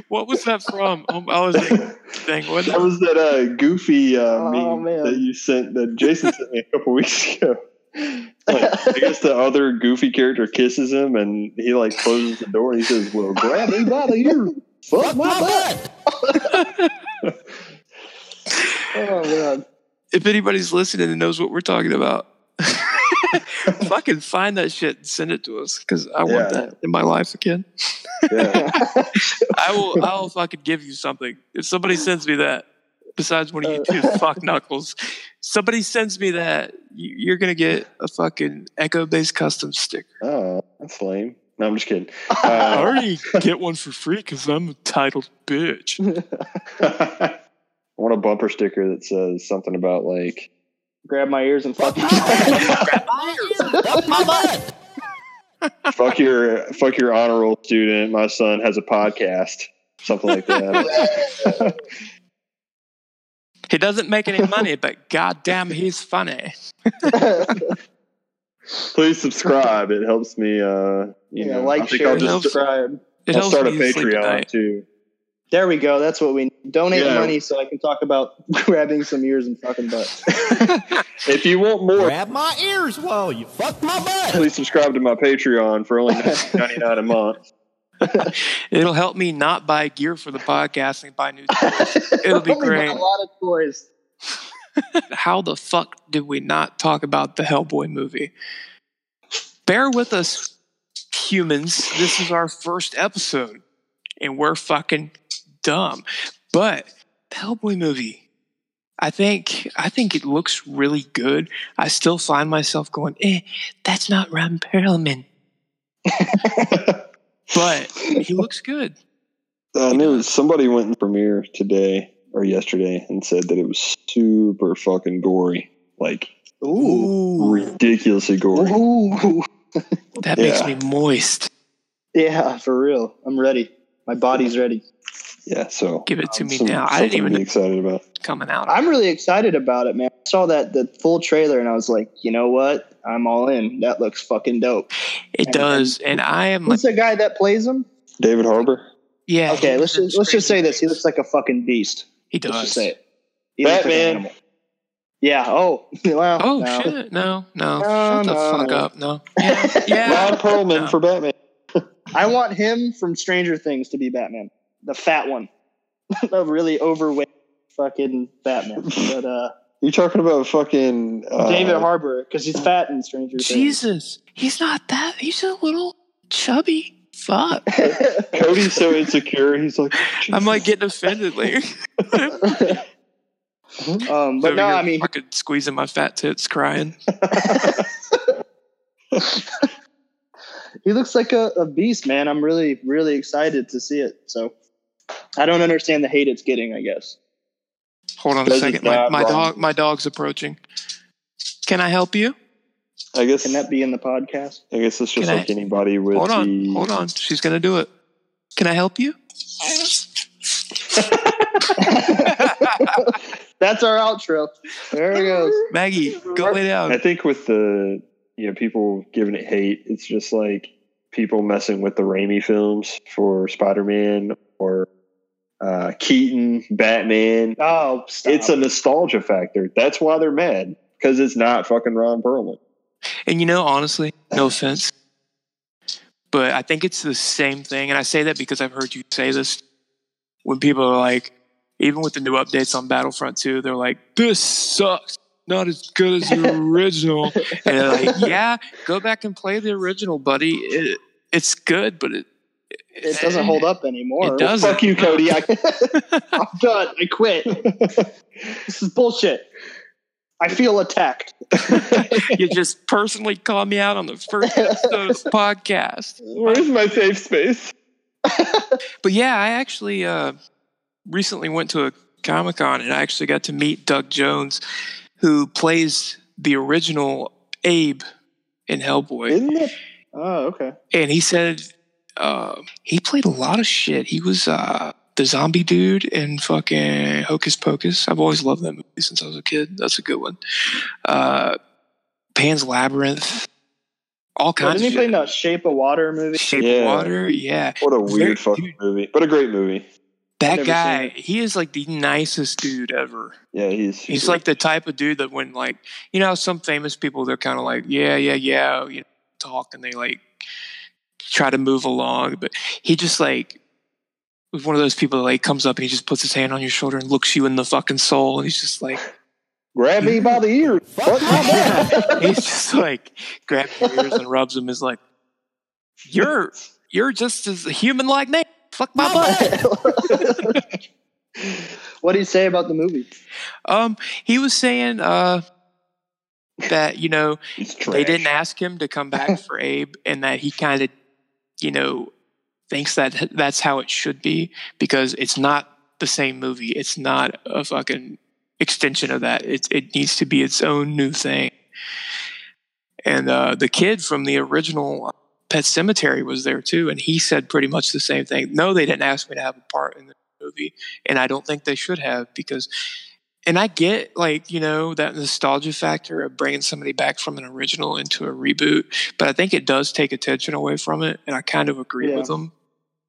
Speaker 2: what was that from? Um, I was like, dang, what?
Speaker 3: that was that uh, goofy uh,
Speaker 4: Oh,
Speaker 3: meme
Speaker 4: man.
Speaker 3: that you sent. That Jason sent me a couple weeks ago. Like, I guess the other goofy character kisses him, and he like closes the door. and He says, "Well, grab me by the ear. Fuck my butt."
Speaker 4: oh man.
Speaker 2: If anybody's listening and knows what we're talking about, fucking find that shit and send it to us because I want
Speaker 3: Yeah.
Speaker 2: that in my life again.
Speaker 3: Yeah.
Speaker 2: I will. I'll fucking give you something if somebody sends me that. Besides one of you
Speaker 3: Uh,
Speaker 2: two fuck knuckles, somebody sends me that you- you're gonna get a fucking Echo Base custom sticker.
Speaker 3: Oh, that's lame. No, I'm just kidding.
Speaker 2: I
Speaker 3: Uh,
Speaker 2: already get one for free because I'm a titled bitch.
Speaker 3: I want a bumper sticker that says something about like
Speaker 4: Grab my ears and fuck.
Speaker 3: fuck your fuck your honor roll student. My son has a podcast, something like that.
Speaker 2: He doesn't make any money, but goddamn, he's funny.
Speaker 3: Please subscribe. It helps me. Uh, you
Speaker 4: yeah,
Speaker 3: know, I
Speaker 4: like,
Speaker 3: think
Speaker 4: share,
Speaker 3: I'll
Speaker 4: and
Speaker 3: just
Speaker 2: Helps-
Speaker 4: subscribe.
Speaker 2: It
Speaker 3: I'll
Speaker 2: helps
Speaker 3: start a
Speaker 2: me to sleep at
Speaker 3: Patreon
Speaker 2: night.
Speaker 3: too.
Speaker 4: There we go. That's what we need. donate
Speaker 3: Yeah.
Speaker 4: money so I can talk about grabbing some ears and fucking butts.
Speaker 3: If you want more,
Speaker 6: Grab my ears while you fuck my butt.
Speaker 3: please subscribe to my Patreon for only $19.99 a month.
Speaker 2: It'll help me not buy gear for the podcast and buy new. It'll be
Speaker 4: Only buy
Speaker 2: great.
Speaker 4: A lot of toys.
Speaker 2: How the fuck did we not talk about the Hellboy movie? Bear with us, humans. This is our first episode, and we're fucking dumb. But the Hellboy movie, I think, I think it looks really good. I still find myself going, "Eh, that's not Ron Perlman," but he looks good.
Speaker 3: Uh, I knew somebody went in premiere today or yesterday and said that it was super fucking gory. Like,
Speaker 4: Ooh.
Speaker 3: ridiculously gory.
Speaker 4: Ooh.
Speaker 2: That makes
Speaker 3: Yeah.
Speaker 2: me moist.
Speaker 4: Yeah, for real. I'm ready. My body's ready.
Speaker 3: Yeah, so.
Speaker 2: Give it to me
Speaker 3: some-
Speaker 2: now. I didn't
Speaker 3: something
Speaker 2: even
Speaker 3: to
Speaker 2: know
Speaker 3: be excited about.
Speaker 2: coming out.
Speaker 4: I'm really excited about it, man. I saw that the full trailer and I was like, you know what? I'm all in. That looks fucking dope.
Speaker 2: It
Speaker 4: And-
Speaker 2: does, and I am like,
Speaker 4: Who's the guy that plays him?
Speaker 3: David Harbor?
Speaker 2: yeah.
Speaker 4: Okay,
Speaker 2: he
Speaker 4: let's
Speaker 2: was in
Speaker 4: just let's just say
Speaker 2: Stranger
Speaker 4: this. He looks like a fucking beast.
Speaker 2: He
Speaker 4: Let's
Speaker 2: does.
Speaker 4: just say it. He looks like an
Speaker 3: Batman.
Speaker 4: animal. yeah. Oh. Well.
Speaker 2: Oh
Speaker 4: no.
Speaker 2: shit! No, no.
Speaker 4: No,
Speaker 2: Shut the
Speaker 4: no,
Speaker 2: fuck
Speaker 4: no.
Speaker 2: up! No. Yeah. yeah.
Speaker 3: Ron Perlman
Speaker 2: No.
Speaker 3: for Batman.
Speaker 4: I want him from Stranger Things to be Batman, the fat one, the really overweight fucking Batman. But uh,
Speaker 3: You're talking about fucking uh,
Speaker 4: David Harbour because he's fat in Stranger
Speaker 2: Jesus, he's not that. He's a little chubby. Fuck.
Speaker 4: Things.
Speaker 3: Cody's so insecure. He's like,
Speaker 2: I'm like getting offended later.
Speaker 4: um, but
Speaker 2: Over
Speaker 4: no,
Speaker 2: here
Speaker 4: I mean,
Speaker 2: fucking squeezing my fat tits, crying.
Speaker 4: he looks like a, a beast, man. I'm really, really excited to see it. So I don't understand the hate it's getting. I guess.
Speaker 2: Hold on a
Speaker 3: This is
Speaker 2: second. My,
Speaker 3: not
Speaker 2: my
Speaker 3: wrong.
Speaker 2: dog, my dog's approaching. Can I help you?
Speaker 3: I guess.
Speaker 4: Can that be in the podcast?
Speaker 3: I guess it's just
Speaker 2: Can I-
Speaker 3: like anybody with
Speaker 2: Hold on,
Speaker 3: the.
Speaker 2: hold on. She's gonna do it. Can I help you?
Speaker 4: That's our outro. There it goes.
Speaker 2: Maggie, go lay
Speaker 3: I
Speaker 2: down.
Speaker 3: think with the you know people giving it hate, it's just like people messing with the Raimi films for Spider Man or uh, Keaton, Batman.
Speaker 4: Oh, stop.
Speaker 3: It's a nostalgia factor. That's why they're mad because it's not fucking Ron Perlman.
Speaker 2: And you know, honestly, no offense, but I think it's the same thing. And I say that because I've heard you say this when people are like, even with the new updates on Battlefront 2, they're like, this sucks. Not as good as the original. and they're like, yeah, go back and play the original, buddy. It, it's good, but it,
Speaker 4: it doesn't hold up anymore.
Speaker 2: It does.
Speaker 3: Fuck you, Cody. I
Speaker 4: I'm done. I quit. this is bullshit. I feel attacked.
Speaker 2: you just personally called me out on the first episode of the podcast.
Speaker 3: Where's my safe space?
Speaker 2: But yeah, I actually uh, recently went to a Comic Con and I actually got to meet Doug Jones, who plays the original Abe in Hellboy.
Speaker 3: Isn't that
Speaker 4: Oh, okay.
Speaker 2: And he said uh, he played a lot of shit. He was uh, the zombie dude in fucking Hocus Pocus. I've always loved that movie since I was a kid. That's a good one. Uh, Pan's Labyrinth, all kinds
Speaker 4: Didn't he
Speaker 2: of
Speaker 4: play in
Speaker 2: shit.
Speaker 4: that Shape of Water movie?
Speaker 2: Shape
Speaker 3: Yeah.
Speaker 2: of Water, yeah.
Speaker 3: what a
Speaker 2: Very-
Speaker 3: weird fucking movie, but a great movie.
Speaker 2: That
Speaker 4: never seen
Speaker 2: guy,
Speaker 4: it.
Speaker 2: he is like the nicest dude ever.
Speaker 3: Yeah, he's
Speaker 2: He's like the type of dude that when like you know how some famous people they're kind of like yeah yeah yeah you know, talk and they like try to move along but he just like was one of those people that like comes up and he just puts his hand on your shoulder and looks you in the fucking soul and he's just like
Speaker 3: grab me by the ear. Fuck my butt.
Speaker 2: he's just like grabs your ears and rubs them is like you're you're just as human like me fuck my butt
Speaker 4: What do you say about the movie?
Speaker 2: um he was saying uh that you know
Speaker 3: He's trash.
Speaker 2: they didn't ask him to come back for Abe, and that he kind of, you know, thinks that that's how it should be because it's not the same movie. It's not a fucking extension of that. It it needs to be its own new thing. And uh, the kid from the original Pet Cemetery was there too, and he said pretty much the same thing. No, they didn't ask me to have a part in the movie, and I don't think they should have because and I get like you know that nostalgia factor of bringing somebody back from an original into a reboot, but I think it does take attention away from it, and I kind of agree
Speaker 4: Yeah.
Speaker 2: with them.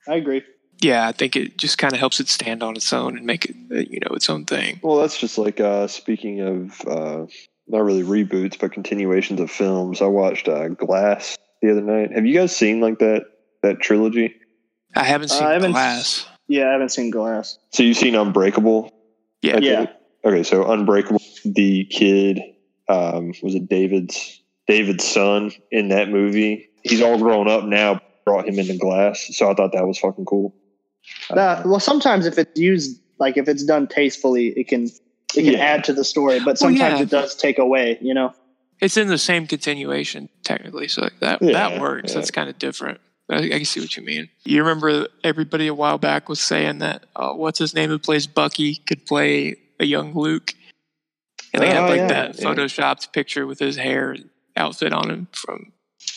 Speaker 4: I agree.
Speaker 2: yeah, I think it just kind of helps it stand on its own and make it, uh, you know, its own thing.
Speaker 3: Well, that's just like uh, speaking of uh, not really reboots, but continuations of films. I watched uh, Glass the other night. Have you guys seen like that that trilogy?
Speaker 2: I haven't
Speaker 4: Uh, I
Speaker 2: seen
Speaker 4: haven't-
Speaker 2: Glass.
Speaker 4: Yeah, I haven't seen Glass.
Speaker 3: So you've seen Unbreakable?
Speaker 2: Yeah.
Speaker 3: I think-
Speaker 4: Yeah.
Speaker 3: Okay, so Unbreakable, the kid um, was it David's David's son in that movie. He's all grown up now. Brought him into Glass, so I thought that was fucking cool.
Speaker 4: Nah, well, sometimes if it's used, like if it's done tastefully, it can it can
Speaker 3: Yeah.
Speaker 4: add to the story, but
Speaker 2: Well,
Speaker 4: sometimes
Speaker 2: yeah.
Speaker 4: it does take away. You know,
Speaker 2: It's in the same continuation technically, so that
Speaker 3: Yeah,
Speaker 2: that works.
Speaker 3: yeah.
Speaker 2: That's kind of different. I, I can see what you mean. You remember everybody a while back was saying that uh, what's his name who plays Bucky could play a young Luke, and they
Speaker 3: Oh,
Speaker 2: had like
Speaker 3: yeah,
Speaker 2: that
Speaker 3: yeah.
Speaker 2: photoshopped picture with his hair and outfit on him from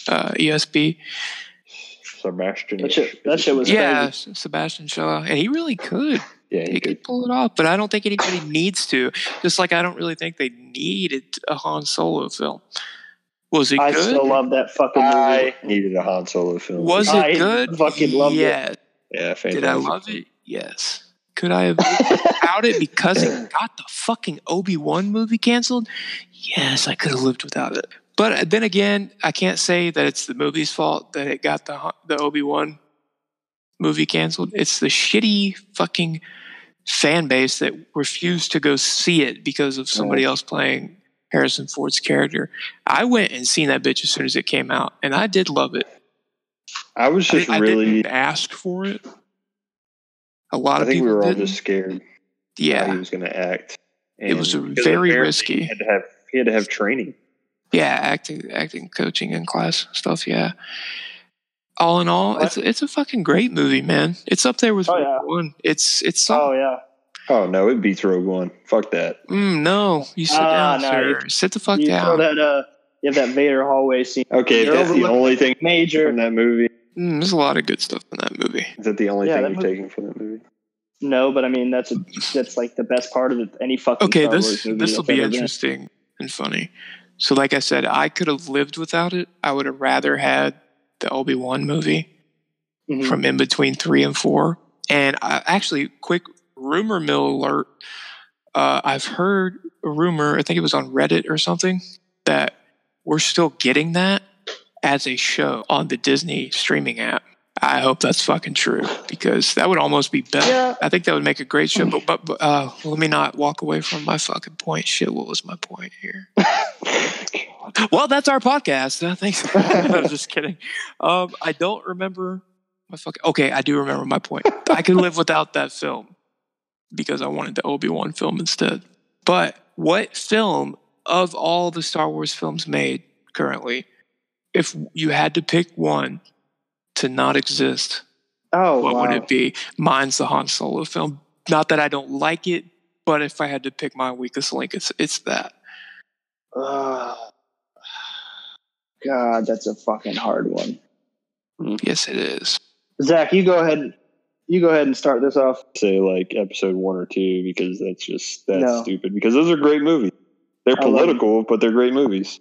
Speaker 2: uh, ESP.
Speaker 3: Sebastian.
Speaker 4: that shit, that shit was
Speaker 2: Yeah,
Speaker 4: yeah.
Speaker 2: S- Sebastian Shaw, and he really could.
Speaker 3: Yeah, he
Speaker 2: He
Speaker 3: could.
Speaker 2: could pull it off, but I don't think anybody needs to. Just like I don't really think they needed a Han Solo film. Was it
Speaker 4: I
Speaker 2: good?
Speaker 4: still love that fucking movie.
Speaker 3: I needed a Han Solo film.
Speaker 2: Was it
Speaker 4: I
Speaker 2: good?
Speaker 4: fucking loved it.
Speaker 2: yeah. it.
Speaker 3: Yeah, fantastic.
Speaker 2: Did I love it? Yes. Could I have without it because it got the fucking Obi Wan movie canceled? Yes, I could have lived without it. But uh, then again, I can't say that it's the movie's fault that it got the the Obi Wan movie canceled. It's the shitty fucking fan base that refused to go see it because of
Speaker 4: Mm.
Speaker 2: somebody else playing Harrison Ford's character. I went and seen that bitch as soon as it came out, and I did love it.
Speaker 3: I was
Speaker 2: I
Speaker 3: just
Speaker 2: didn't- I,
Speaker 3: really.
Speaker 2: didn't ask for it. A lot
Speaker 3: I
Speaker 2: of
Speaker 3: think
Speaker 2: people
Speaker 3: we were all
Speaker 2: didn't.
Speaker 3: just scared how
Speaker 2: yeah,
Speaker 3: he was going to act.
Speaker 2: It was
Speaker 3: And-
Speaker 2: a
Speaker 3: because
Speaker 2: very
Speaker 3: apparently
Speaker 2: risky.
Speaker 3: He had to have he had to have training.
Speaker 2: yeah, acting, acting, coaching, and class stuff. Yeah. All in all, it's it's a fucking great movie, man. It's up there with
Speaker 4: Oh,
Speaker 2: Rogue
Speaker 4: yeah.
Speaker 2: One. It's it's
Speaker 4: Oh
Speaker 2: solid.
Speaker 4: yeah,
Speaker 3: Oh no, it beats Rogue One. Fuck that.
Speaker 2: Mm, no, you sit
Speaker 4: Ah,
Speaker 2: down,
Speaker 4: no,
Speaker 2: sir.
Speaker 4: you-
Speaker 2: sit the fuck
Speaker 4: you
Speaker 2: down.
Speaker 4: throw that uh, you have that Vader hallway scene.
Speaker 3: Okay, if
Speaker 4: You're
Speaker 3: that's the
Speaker 4: overlooking
Speaker 3: only thing
Speaker 4: Major,
Speaker 3: from that movie.
Speaker 2: Mm, there's a lot of good stuff in that movie.
Speaker 3: Is that the only
Speaker 4: Yeah,
Speaker 3: thing
Speaker 4: that
Speaker 3: you're
Speaker 4: movie-
Speaker 3: taking from that movie?
Speaker 4: no, but I mean that's a, that's like the best part of it. Any fucking
Speaker 2: Okay,
Speaker 4: Star
Speaker 2: this
Speaker 4: Wars movie
Speaker 2: this will
Speaker 4: that's
Speaker 2: be
Speaker 4: ever been.
Speaker 2: interesting and funny. So, like I said, I could have lived without it. I would have rather had the Obi Wan movie.
Speaker 4: Mhm.
Speaker 2: from in between three and four. And I, actually, quick rumor mill alert. Uh, I've heard a rumor, I think it was on Reddit or something, that we're still getting that as a show on the Disney streaming app. I hope that's fucking true because that would almost be better.
Speaker 4: Yeah.
Speaker 2: I think that would make a great show. But, but, but uh, let me not walk away from my fucking point. Shit, what was my point here? well, that's our podcast. Uh, Thanks. I'm just kidding. Um, I don't remember my fucking. Okay, I do remember my point. I could live without that film because I wanted the Obi Wan film instead. But what film of all the Star Wars films made currently, if you had to pick one to not exist,
Speaker 4: Oh
Speaker 2: what
Speaker 4: wow.
Speaker 2: would it be? Mine's the Han Solo film. Not that I don't like it, but if I had to pick my weakest link, it's it's that.
Speaker 4: Ah. God, that's a fucking hard one.
Speaker 2: Yes, it is.
Speaker 4: Zach, you go ahead. You go ahead and start this off.
Speaker 3: Say like episode one or two because that's just that's
Speaker 4: No.
Speaker 3: stupid. Because those are great movies. They're
Speaker 4: I love 'em.
Speaker 3: political, but they're great movies.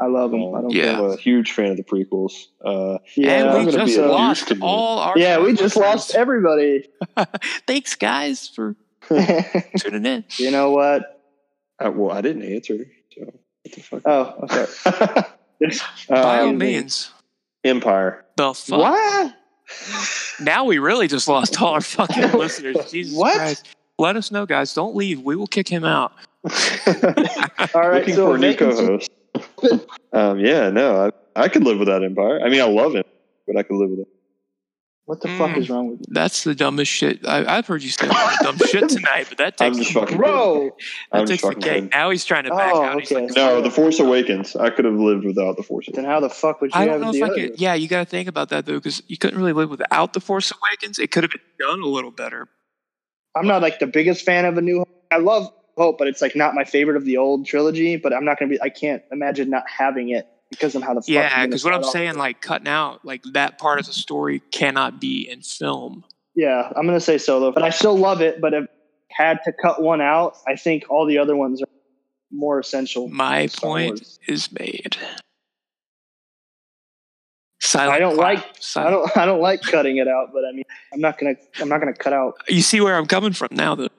Speaker 4: I love them. I don't
Speaker 2: Yeah.
Speaker 4: care.
Speaker 3: I'm a huge fan of the prequels. Uh,
Speaker 4: Yeah,
Speaker 3: I'm
Speaker 2: and we
Speaker 3: gonna
Speaker 2: just
Speaker 3: be a douche
Speaker 2: lost
Speaker 3: to you.
Speaker 2: all our.
Speaker 4: yeah, we just lost everybody.
Speaker 2: Thanks, guys, for
Speaker 4: you
Speaker 2: tuning in.
Speaker 4: know what?
Speaker 3: I, well, I didn't answer. So what the fuck?
Speaker 4: Oh, okay. Uh,
Speaker 2: By all
Speaker 3: Um,
Speaker 2: means,
Speaker 3: Empire.
Speaker 2: the fuck.
Speaker 4: What?
Speaker 2: Now we really just lost all our fucking listeners. Jesus
Speaker 4: What?
Speaker 2: Christ! Let us know, guys. Don't leave. We will kick him out.
Speaker 4: All right,
Speaker 3: Looking
Speaker 4: so
Speaker 3: for a new
Speaker 4: vacancy-
Speaker 3: co-host. um, yeah, no, I, I could live without Empire. I mean, I love it, but I could live without.
Speaker 4: What the
Speaker 2: Mm.
Speaker 4: fuck is wrong with you,
Speaker 2: That's the dumbest shit I, I've heard you say. a lot of dumb shit tonight, but that
Speaker 3: I'm
Speaker 2: takes
Speaker 3: just fucking.
Speaker 4: bro?
Speaker 2: that
Speaker 3: I'm
Speaker 2: takes
Speaker 3: just
Speaker 2: the
Speaker 3: fucking
Speaker 2: cake.
Speaker 3: kidding.
Speaker 2: Now he's trying to back
Speaker 4: Oh,
Speaker 2: out. He's
Speaker 4: okay.
Speaker 2: like,
Speaker 3: No, The Force Awakens. I could have lived without The Force
Speaker 4: Then
Speaker 3: Awakens.
Speaker 4: how the fuck would you
Speaker 2: I don't
Speaker 4: have
Speaker 2: know
Speaker 4: the
Speaker 2: if I
Speaker 4: other?
Speaker 2: could. Yeah, you got to think about that though, because you couldn't really live without the Force Awakens. It could have been done a little better.
Speaker 4: I'm not like the biggest fan of a new. Hope. I love Hope, but it's like not my favorite of the old trilogy. But I'm not gonna be. I can't imagine not having it because of how the fuck. I'm
Speaker 2: Yeah,
Speaker 4: gonna
Speaker 2: because what I'm
Speaker 4: start off.
Speaker 2: saying, like cutting out, like that part of the story cannot be in film.
Speaker 4: Yeah, I'm gonna say Solo, but I still love it. But if I had to cut one out, I think all the other ones are more essential.
Speaker 2: My
Speaker 4: Star
Speaker 2: point
Speaker 4: Wars.
Speaker 2: is made. Silent
Speaker 4: I don't
Speaker 2: clap.
Speaker 4: like- I
Speaker 2: Silent.
Speaker 4: don't I don't like cutting it out, but I mean I'm not gonna I'm not gonna cut out.
Speaker 2: You see where I'm coming from now, though.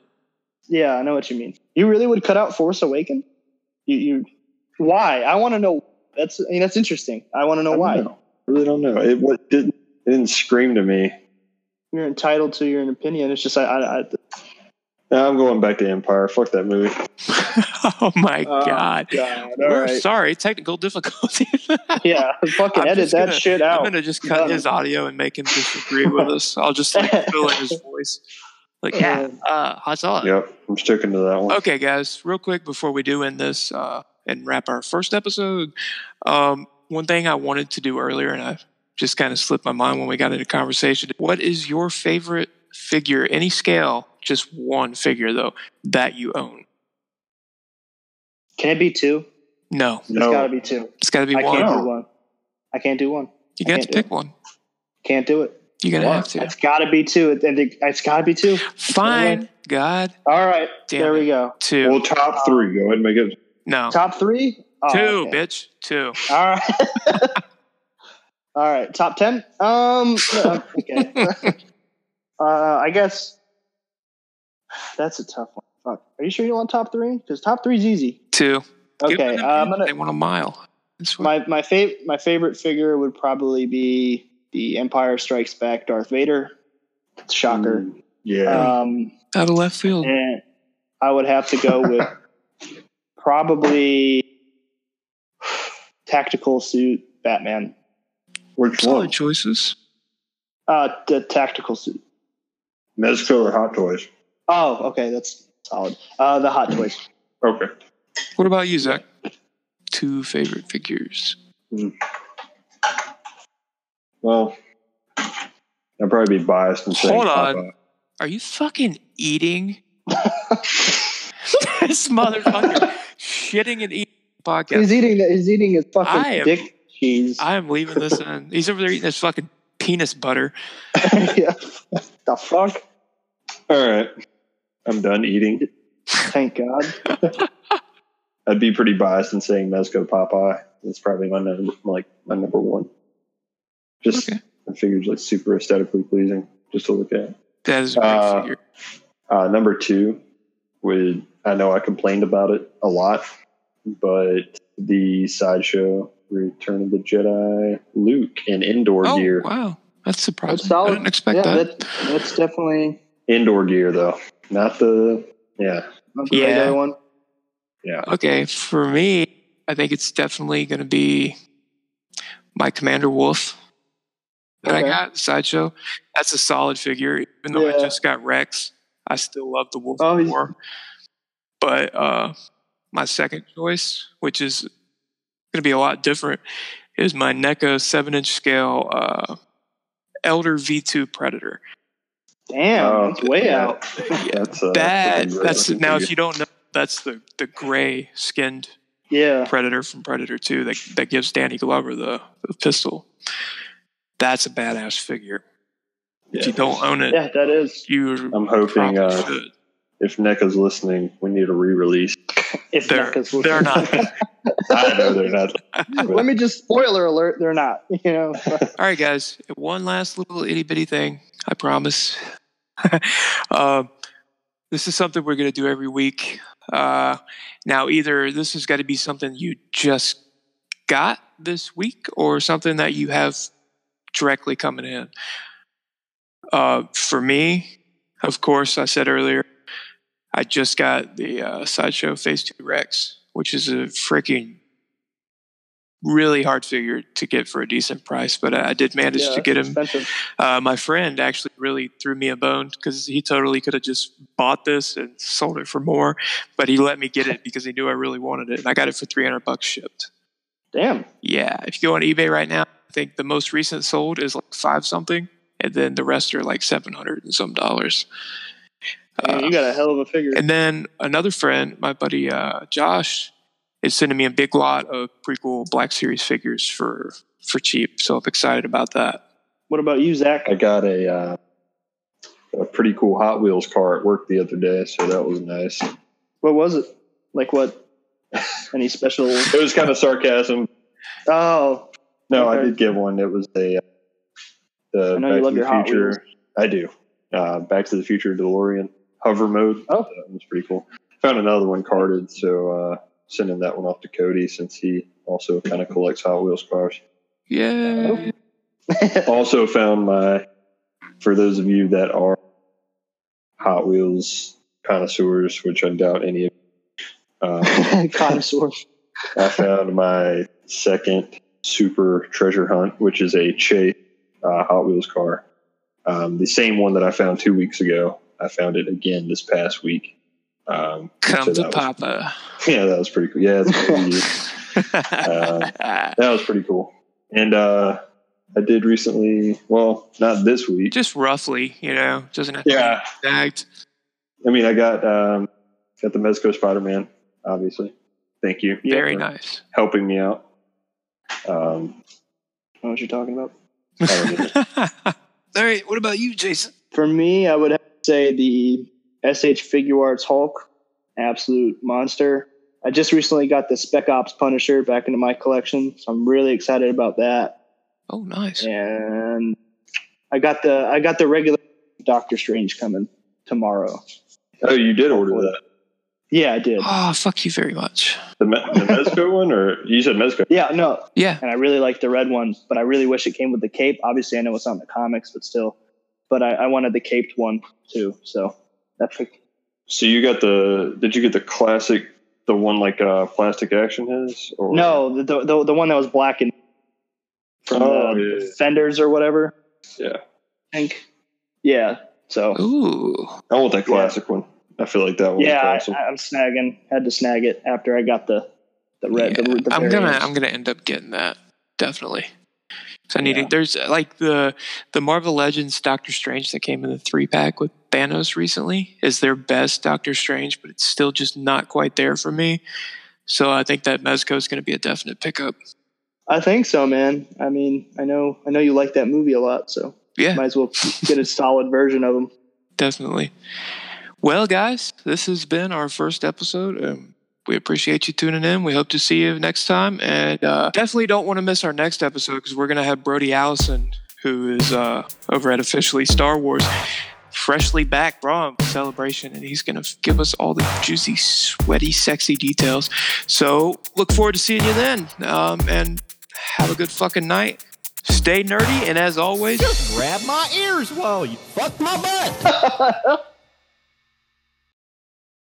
Speaker 4: Yeah, I know what you mean. You really would cut out Force Awaken? You you why? I want to know. That's I mean, that's interesting. I want to know
Speaker 3: I don't
Speaker 4: why.
Speaker 3: know. I really don't know. It, what, didn't, it didn't scream to me.
Speaker 4: You're entitled to your opinion. It's just I I, I
Speaker 3: Nah, I'm going back to Empire. Fuck that movie.
Speaker 2: oh my
Speaker 4: Oh,
Speaker 2: god.
Speaker 4: God, all
Speaker 2: We're
Speaker 4: right.
Speaker 2: sorry, technical difficulties.
Speaker 4: yeah, fucking
Speaker 2: I'm
Speaker 4: edit
Speaker 2: just
Speaker 4: that
Speaker 2: gonna-
Speaker 4: shit
Speaker 2: I'm
Speaker 4: out.
Speaker 2: gonna just cut
Speaker 4: Done.
Speaker 2: his audio and make him disagree with us. I'll just like fill in his voice. Like, yeah, uh, hot sauce.
Speaker 3: Yep, I'm sticking to that one.
Speaker 2: Okay, guys, real quick before we do end this uh, and wrap our first episode, um, one thing I wanted to do earlier, and I just kind of slipped my mind when we got into conversation. What is your favorite figure, any scale, just one figure though, that you own?
Speaker 4: Can it be two?
Speaker 2: No,
Speaker 4: It's
Speaker 3: No,
Speaker 4: got to be two.
Speaker 2: it's got to be
Speaker 4: I
Speaker 2: one.
Speaker 4: can't
Speaker 3: won't.
Speaker 4: do one. I can't do one.
Speaker 2: You
Speaker 4: I
Speaker 2: got
Speaker 4: can't
Speaker 2: to
Speaker 4: do
Speaker 2: pick one.
Speaker 4: Can't do it.
Speaker 2: You're gonna
Speaker 3: Why?
Speaker 2: have to.
Speaker 4: It's got to be two. It- it- It's got to be two.
Speaker 2: Fine, God,
Speaker 4: All right,
Speaker 2: Damn
Speaker 4: there
Speaker 2: it.
Speaker 4: we go.
Speaker 2: two.
Speaker 3: well, top three. Go ahead and make it.
Speaker 2: no,
Speaker 4: Top three. Oh,
Speaker 2: two,
Speaker 4: okay.
Speaker 2: bitch, two.
Speaker 4: All right. All right. Top ten. Um. no, okay. uh, I guess that's a tough one. Fuck. Are you sure you don't want top three? Because top three's easy.
Speaker 2: Two. Give
Speaker 4: Okay.
Speaker 2: them
Speaker 4: Uh,
Speaker 2: to
Speaker 4: I'm
Speaker 2: people.
Speaker 4: gonna.
Speaker 2: They want a mile. That's what-
Speaker 4: My my favorite my favorite figure would probably be the Empire Strikes Back Darth Vader. Shocker.
Speaker 3: Mm, Yeah.
Speaker 4: Um.
Speaker 2: out of left field.
Speaker 4: And I would have to go with probably tactical suit Batman.
Speaker 3: Which
Speaker 2: Solid
Speaker 3: one?
Speaker 2: choices.
Speaker 4: Uh, the tactical suit.
Speaker 3: Mezco or Hot Toys?
Speaker 4: Oh, okay, that's solid. Uh, the Hot Toys.
Speaker 3: Okay.
Speaker 2: What about you, Zach? Two favorite figures.
Speaker 3: Well, I'd probably be biased and say
Speaker 2: Hold
Speaker 3: Popeye.
Speaker 2: on. Are you fucking eating? this motherfucker shitting and eating podcast.
Speaker 4: He's eating. He's eating his fucking
Speaker 2: I am-
Speaker 4: dick cheese.
Speaker 2: I am leaving this in. He's over there eating his fucking penis butter.
Speaker 4: Yeah. the fuck?
Speaker 3: All right. I'm done eating.
Speaker 4: Thank God.
Speaker 3: I'd be pretty biased in saying Mezco Popeye. That's probably my number, like my number one. Just
Speaker 2: Okay.
Speaker 3: I figured like super aesthetically pleasing just to look at.
Speaker 2: That is a great
Speaker 3: Uh,
Speaker 2: figure.
Speaker 3: Uh, number two would I know I complained about it a lot, but the sideshow Return of the Jedi Luke in indoor
Speaker 2: Oh
Speaker 3: gear.
Speaker 2: wow, that's surprising.
Speaker 4: That's solid.
Speaker 2: I didn't expect
Speaker 4: yeah,
Speaker 2: that.
Speaker 4: that- that's definitely
Speaker 3: Indoor gear though. Not the yeah.
Speaker 4: not the
Speaker 2: Yeah.
Speaker 4: regular one.
Speaker 2: Okay, for me, I think it's definitely going to be my Commander Wolf that I
Speaker 4: Okay.
Speaker 2: got sideshow. That's a solid figure, even though I
Speaker 4: Yeah.
Speaker 2: just got Rex. I still love the Wolf
Speaker 4: Oh, he's-
Speaker 2: more. But uh, my second choice, which is going to be a lot different, is my NECA seven-inch scale uh, Elder V2 Predator.
Speaker 4: Damn,
Speaker 3: Oh,
Speaker 4: that's way
Speaker 3: yeah.
Speaker 4: out.
Speaker 3: That's uh,
Speaker 2: That
Speaker 3: pretty great
Speaker 2: that's
Speaker 3: looking
Speaker 2: now
Speaker 3: figure.
Speaker 2: if you don't know, that's the the gray skinned
Speaker 4: Yeah.
Speaker 2: Predator from Predator 2 that, that gives Danny Glover the, the pistol. That's a badass figure. If
Speaker 3: Yeah.
Speaker 2: you don't own it,
Speaker 4: Yeah, that is.
Speaker 2: you
Speaker 3: I'm hoping
Speaker 2: probably
Speaker 3: uh,
Speaker 2: should.
Speaker 3: if NECA's listening, we need a re-release.
Speaker 4: If
Speaker 2: They're,
Speaker 4: NECA's
Speaker 2: they're
Speaker 4: listening.
Speaker 2: not. All
Speaker 3: I know they're not.
Speaker 4: Let me just spoiler alert. They're not. You know.
Speaker 2: right, guys. One last little itty bitty thing. I promise. um, this is something we're going to do every week. Uh, now, either this has got to be something you just got this week or something that you have directly coming in. Uh, for me, of course, I said earlier, I just got the uh, Sideshow Phase 2 Rex, which is a freaking really hard figure to get for a decent price, but I, I did manage
Speaker 4: Yeah,
Speaker 2: to get him
Speaker 4: Expensive.
Speaker 2: uh, my friend actually really threw me a bone because he totally could have just bought this and sold it for more, but he let me get it because he knew I really wanted it, and I got it for three hundred bucks shipped.
Speaker 4: Damn.
Speaker 2: Yeah, if you go on eBay right now, I think the most recent sold is like five something, and then the rest are like seven hundred and some dollars.
Speaker 4: Damn, you got a hell of a figure.
Speaker 2: Uh, And then another friend, my buddy uh, Josh, is sending me a big lot of prequel Black Series figures for for cheap, so I'm excited about that.
Speaker 4: What about you, Zach?
Speaker 3: I got a uh, a pretty cool Hot Wheels car at work the other day, so that was nice. It
Speaker 4: What was it? Like what? Any special?
Speaker 3: was kind of sarcasm.
Speaker 4: Oh,
Speaker 3: No, I
Speaker 4: Okay.
Speaker 3: did get one. It was a uh, the
Speaker 4: I know you
Speaker 3: Back
Speaker 4: love
Speaker 3: to
Speaker 4: your
Speaker 3: the
Speaker 4: Hot Wheels.
Speaker 3: Future. I do. Uh, Back to the Future DeLorean hover mode.
Speaker 4: Oh.
Speaker 3: that was pretty cool. Found another one carded, so uh, sending that one off to Cody since he also kind of collects Hot Wheels cars.
Speaker 2: Yeah.
Speaker 3: also found my for those of you that are Hot Wheels connoisseurs, which I doubt any of. Uh,
Speaker 4: Connoisseur.
Speaker 3: I found my second super treasure hunt, which is a Chase uh, Hot Wheels car. Um, the same one that I found two weeks ago. I found it again this past week. Um,
Speaker 2: Come
Speaker 3: so
Speaker 2: to
Speaker 3: that was-
Speaker 2: Papa.
Speaker 3: yeah, that was pretty cool. Yeah, it's pretty neat. that was pretty cool. And uh, I did recently, well, not this week.
Speaker 2: Just roughly, you know, doesn't have to
Speaker 3: Yeah,
Speaker 2: be exact.
Speaker 3: I mean, I got um, got the Mezco Spider Man, obviously. Thank you.
Speaker 2: Very
Speaker 3: for
Speaker 2: nice.
Speaker 3: Helping me out. Um,
Speaker 4: I know what you're talking about.
Speaker 3: don't
Speaker 2: All right, what about you, Jason?
Speaker 4: For me, I would have to say the SH Figure Arts Hulk, absolute monster. I just recently got the Spec Ops Punisher back into my collection, so I'm really excited about that.
Speaker 2: Oh, nice.
Speaker 4: And I got the I got the regular Doctor Strange coming tomorrow.
Speaker 3: oh, you did order that.
Speaker 4: Yeah, I did.
Speaker 2: Oh, fuck you very much.
Speaker 3: The, Me- the Mezco one, or you said Mezco?
Speaker 4: Yeah, no,
Speaker 2: Yeah.
Speaker 4: and I really like the red one, but I really wish it came with the cape. Obviously, I know it's not in the comics, but still, but I, I wanted the caped one too. So that's like,
Speaker 3: So you got the? Did you get the classic, the one like uh, plastic action has? Or
Speaker 4: no, the, the the one that was black and from
Speaker 3: Oh,
Speaker 4: the,
Speaker 3: yeah, yeah.
Speaker 4: fenders or whatever.
Speaker 3: Yeah.
Speaker 4: I think. Yeah. So
Speaker 2: Ooh.
Speaker 3: I want that classic one. I feel like that one.
Speaker 4: yeah, I,
Speaker 3: was awesome.
Speaker 4: I'm snagging. Had to snag it after I got the the red.
Speaker 2: Yeah.
Speaker 4: The, the
Speaker 2: I'm gonna
Speaker 4: variants.
Speaker 2: I'm gonna end up getting that definitely. 'Cause I need it. There's uh, like the the Marvel Legends Doctor Strange that came in the three pack with Thanos recently is their best Doctor Strange, but it's still just not quite there for me. So I think that Mezco is going to be a definite pickup.
Speaker 4: I think so, man. I mean, I know I know you like that movie a lot, so
Speaker 2: Yeah,
Speaker 4: might as well get a solid version of them.
Speaker 2: definitely. Well, guys, this has been our first episode. Um, we appreciate you tuning in. We hope to see you next time. And uh, definitely don't want to miss our next episode because we're going to have Brody Allison, who is uh, over at Officially Star Wars, freshly back from celebration. And he's going to give us all the juicy, sweaty, sexy details. So look forward to seeing you then. Um, and have a good fucking night. Stay nerdy. And as always,
Speaker 6: Just grab my ears while you fuck my butt.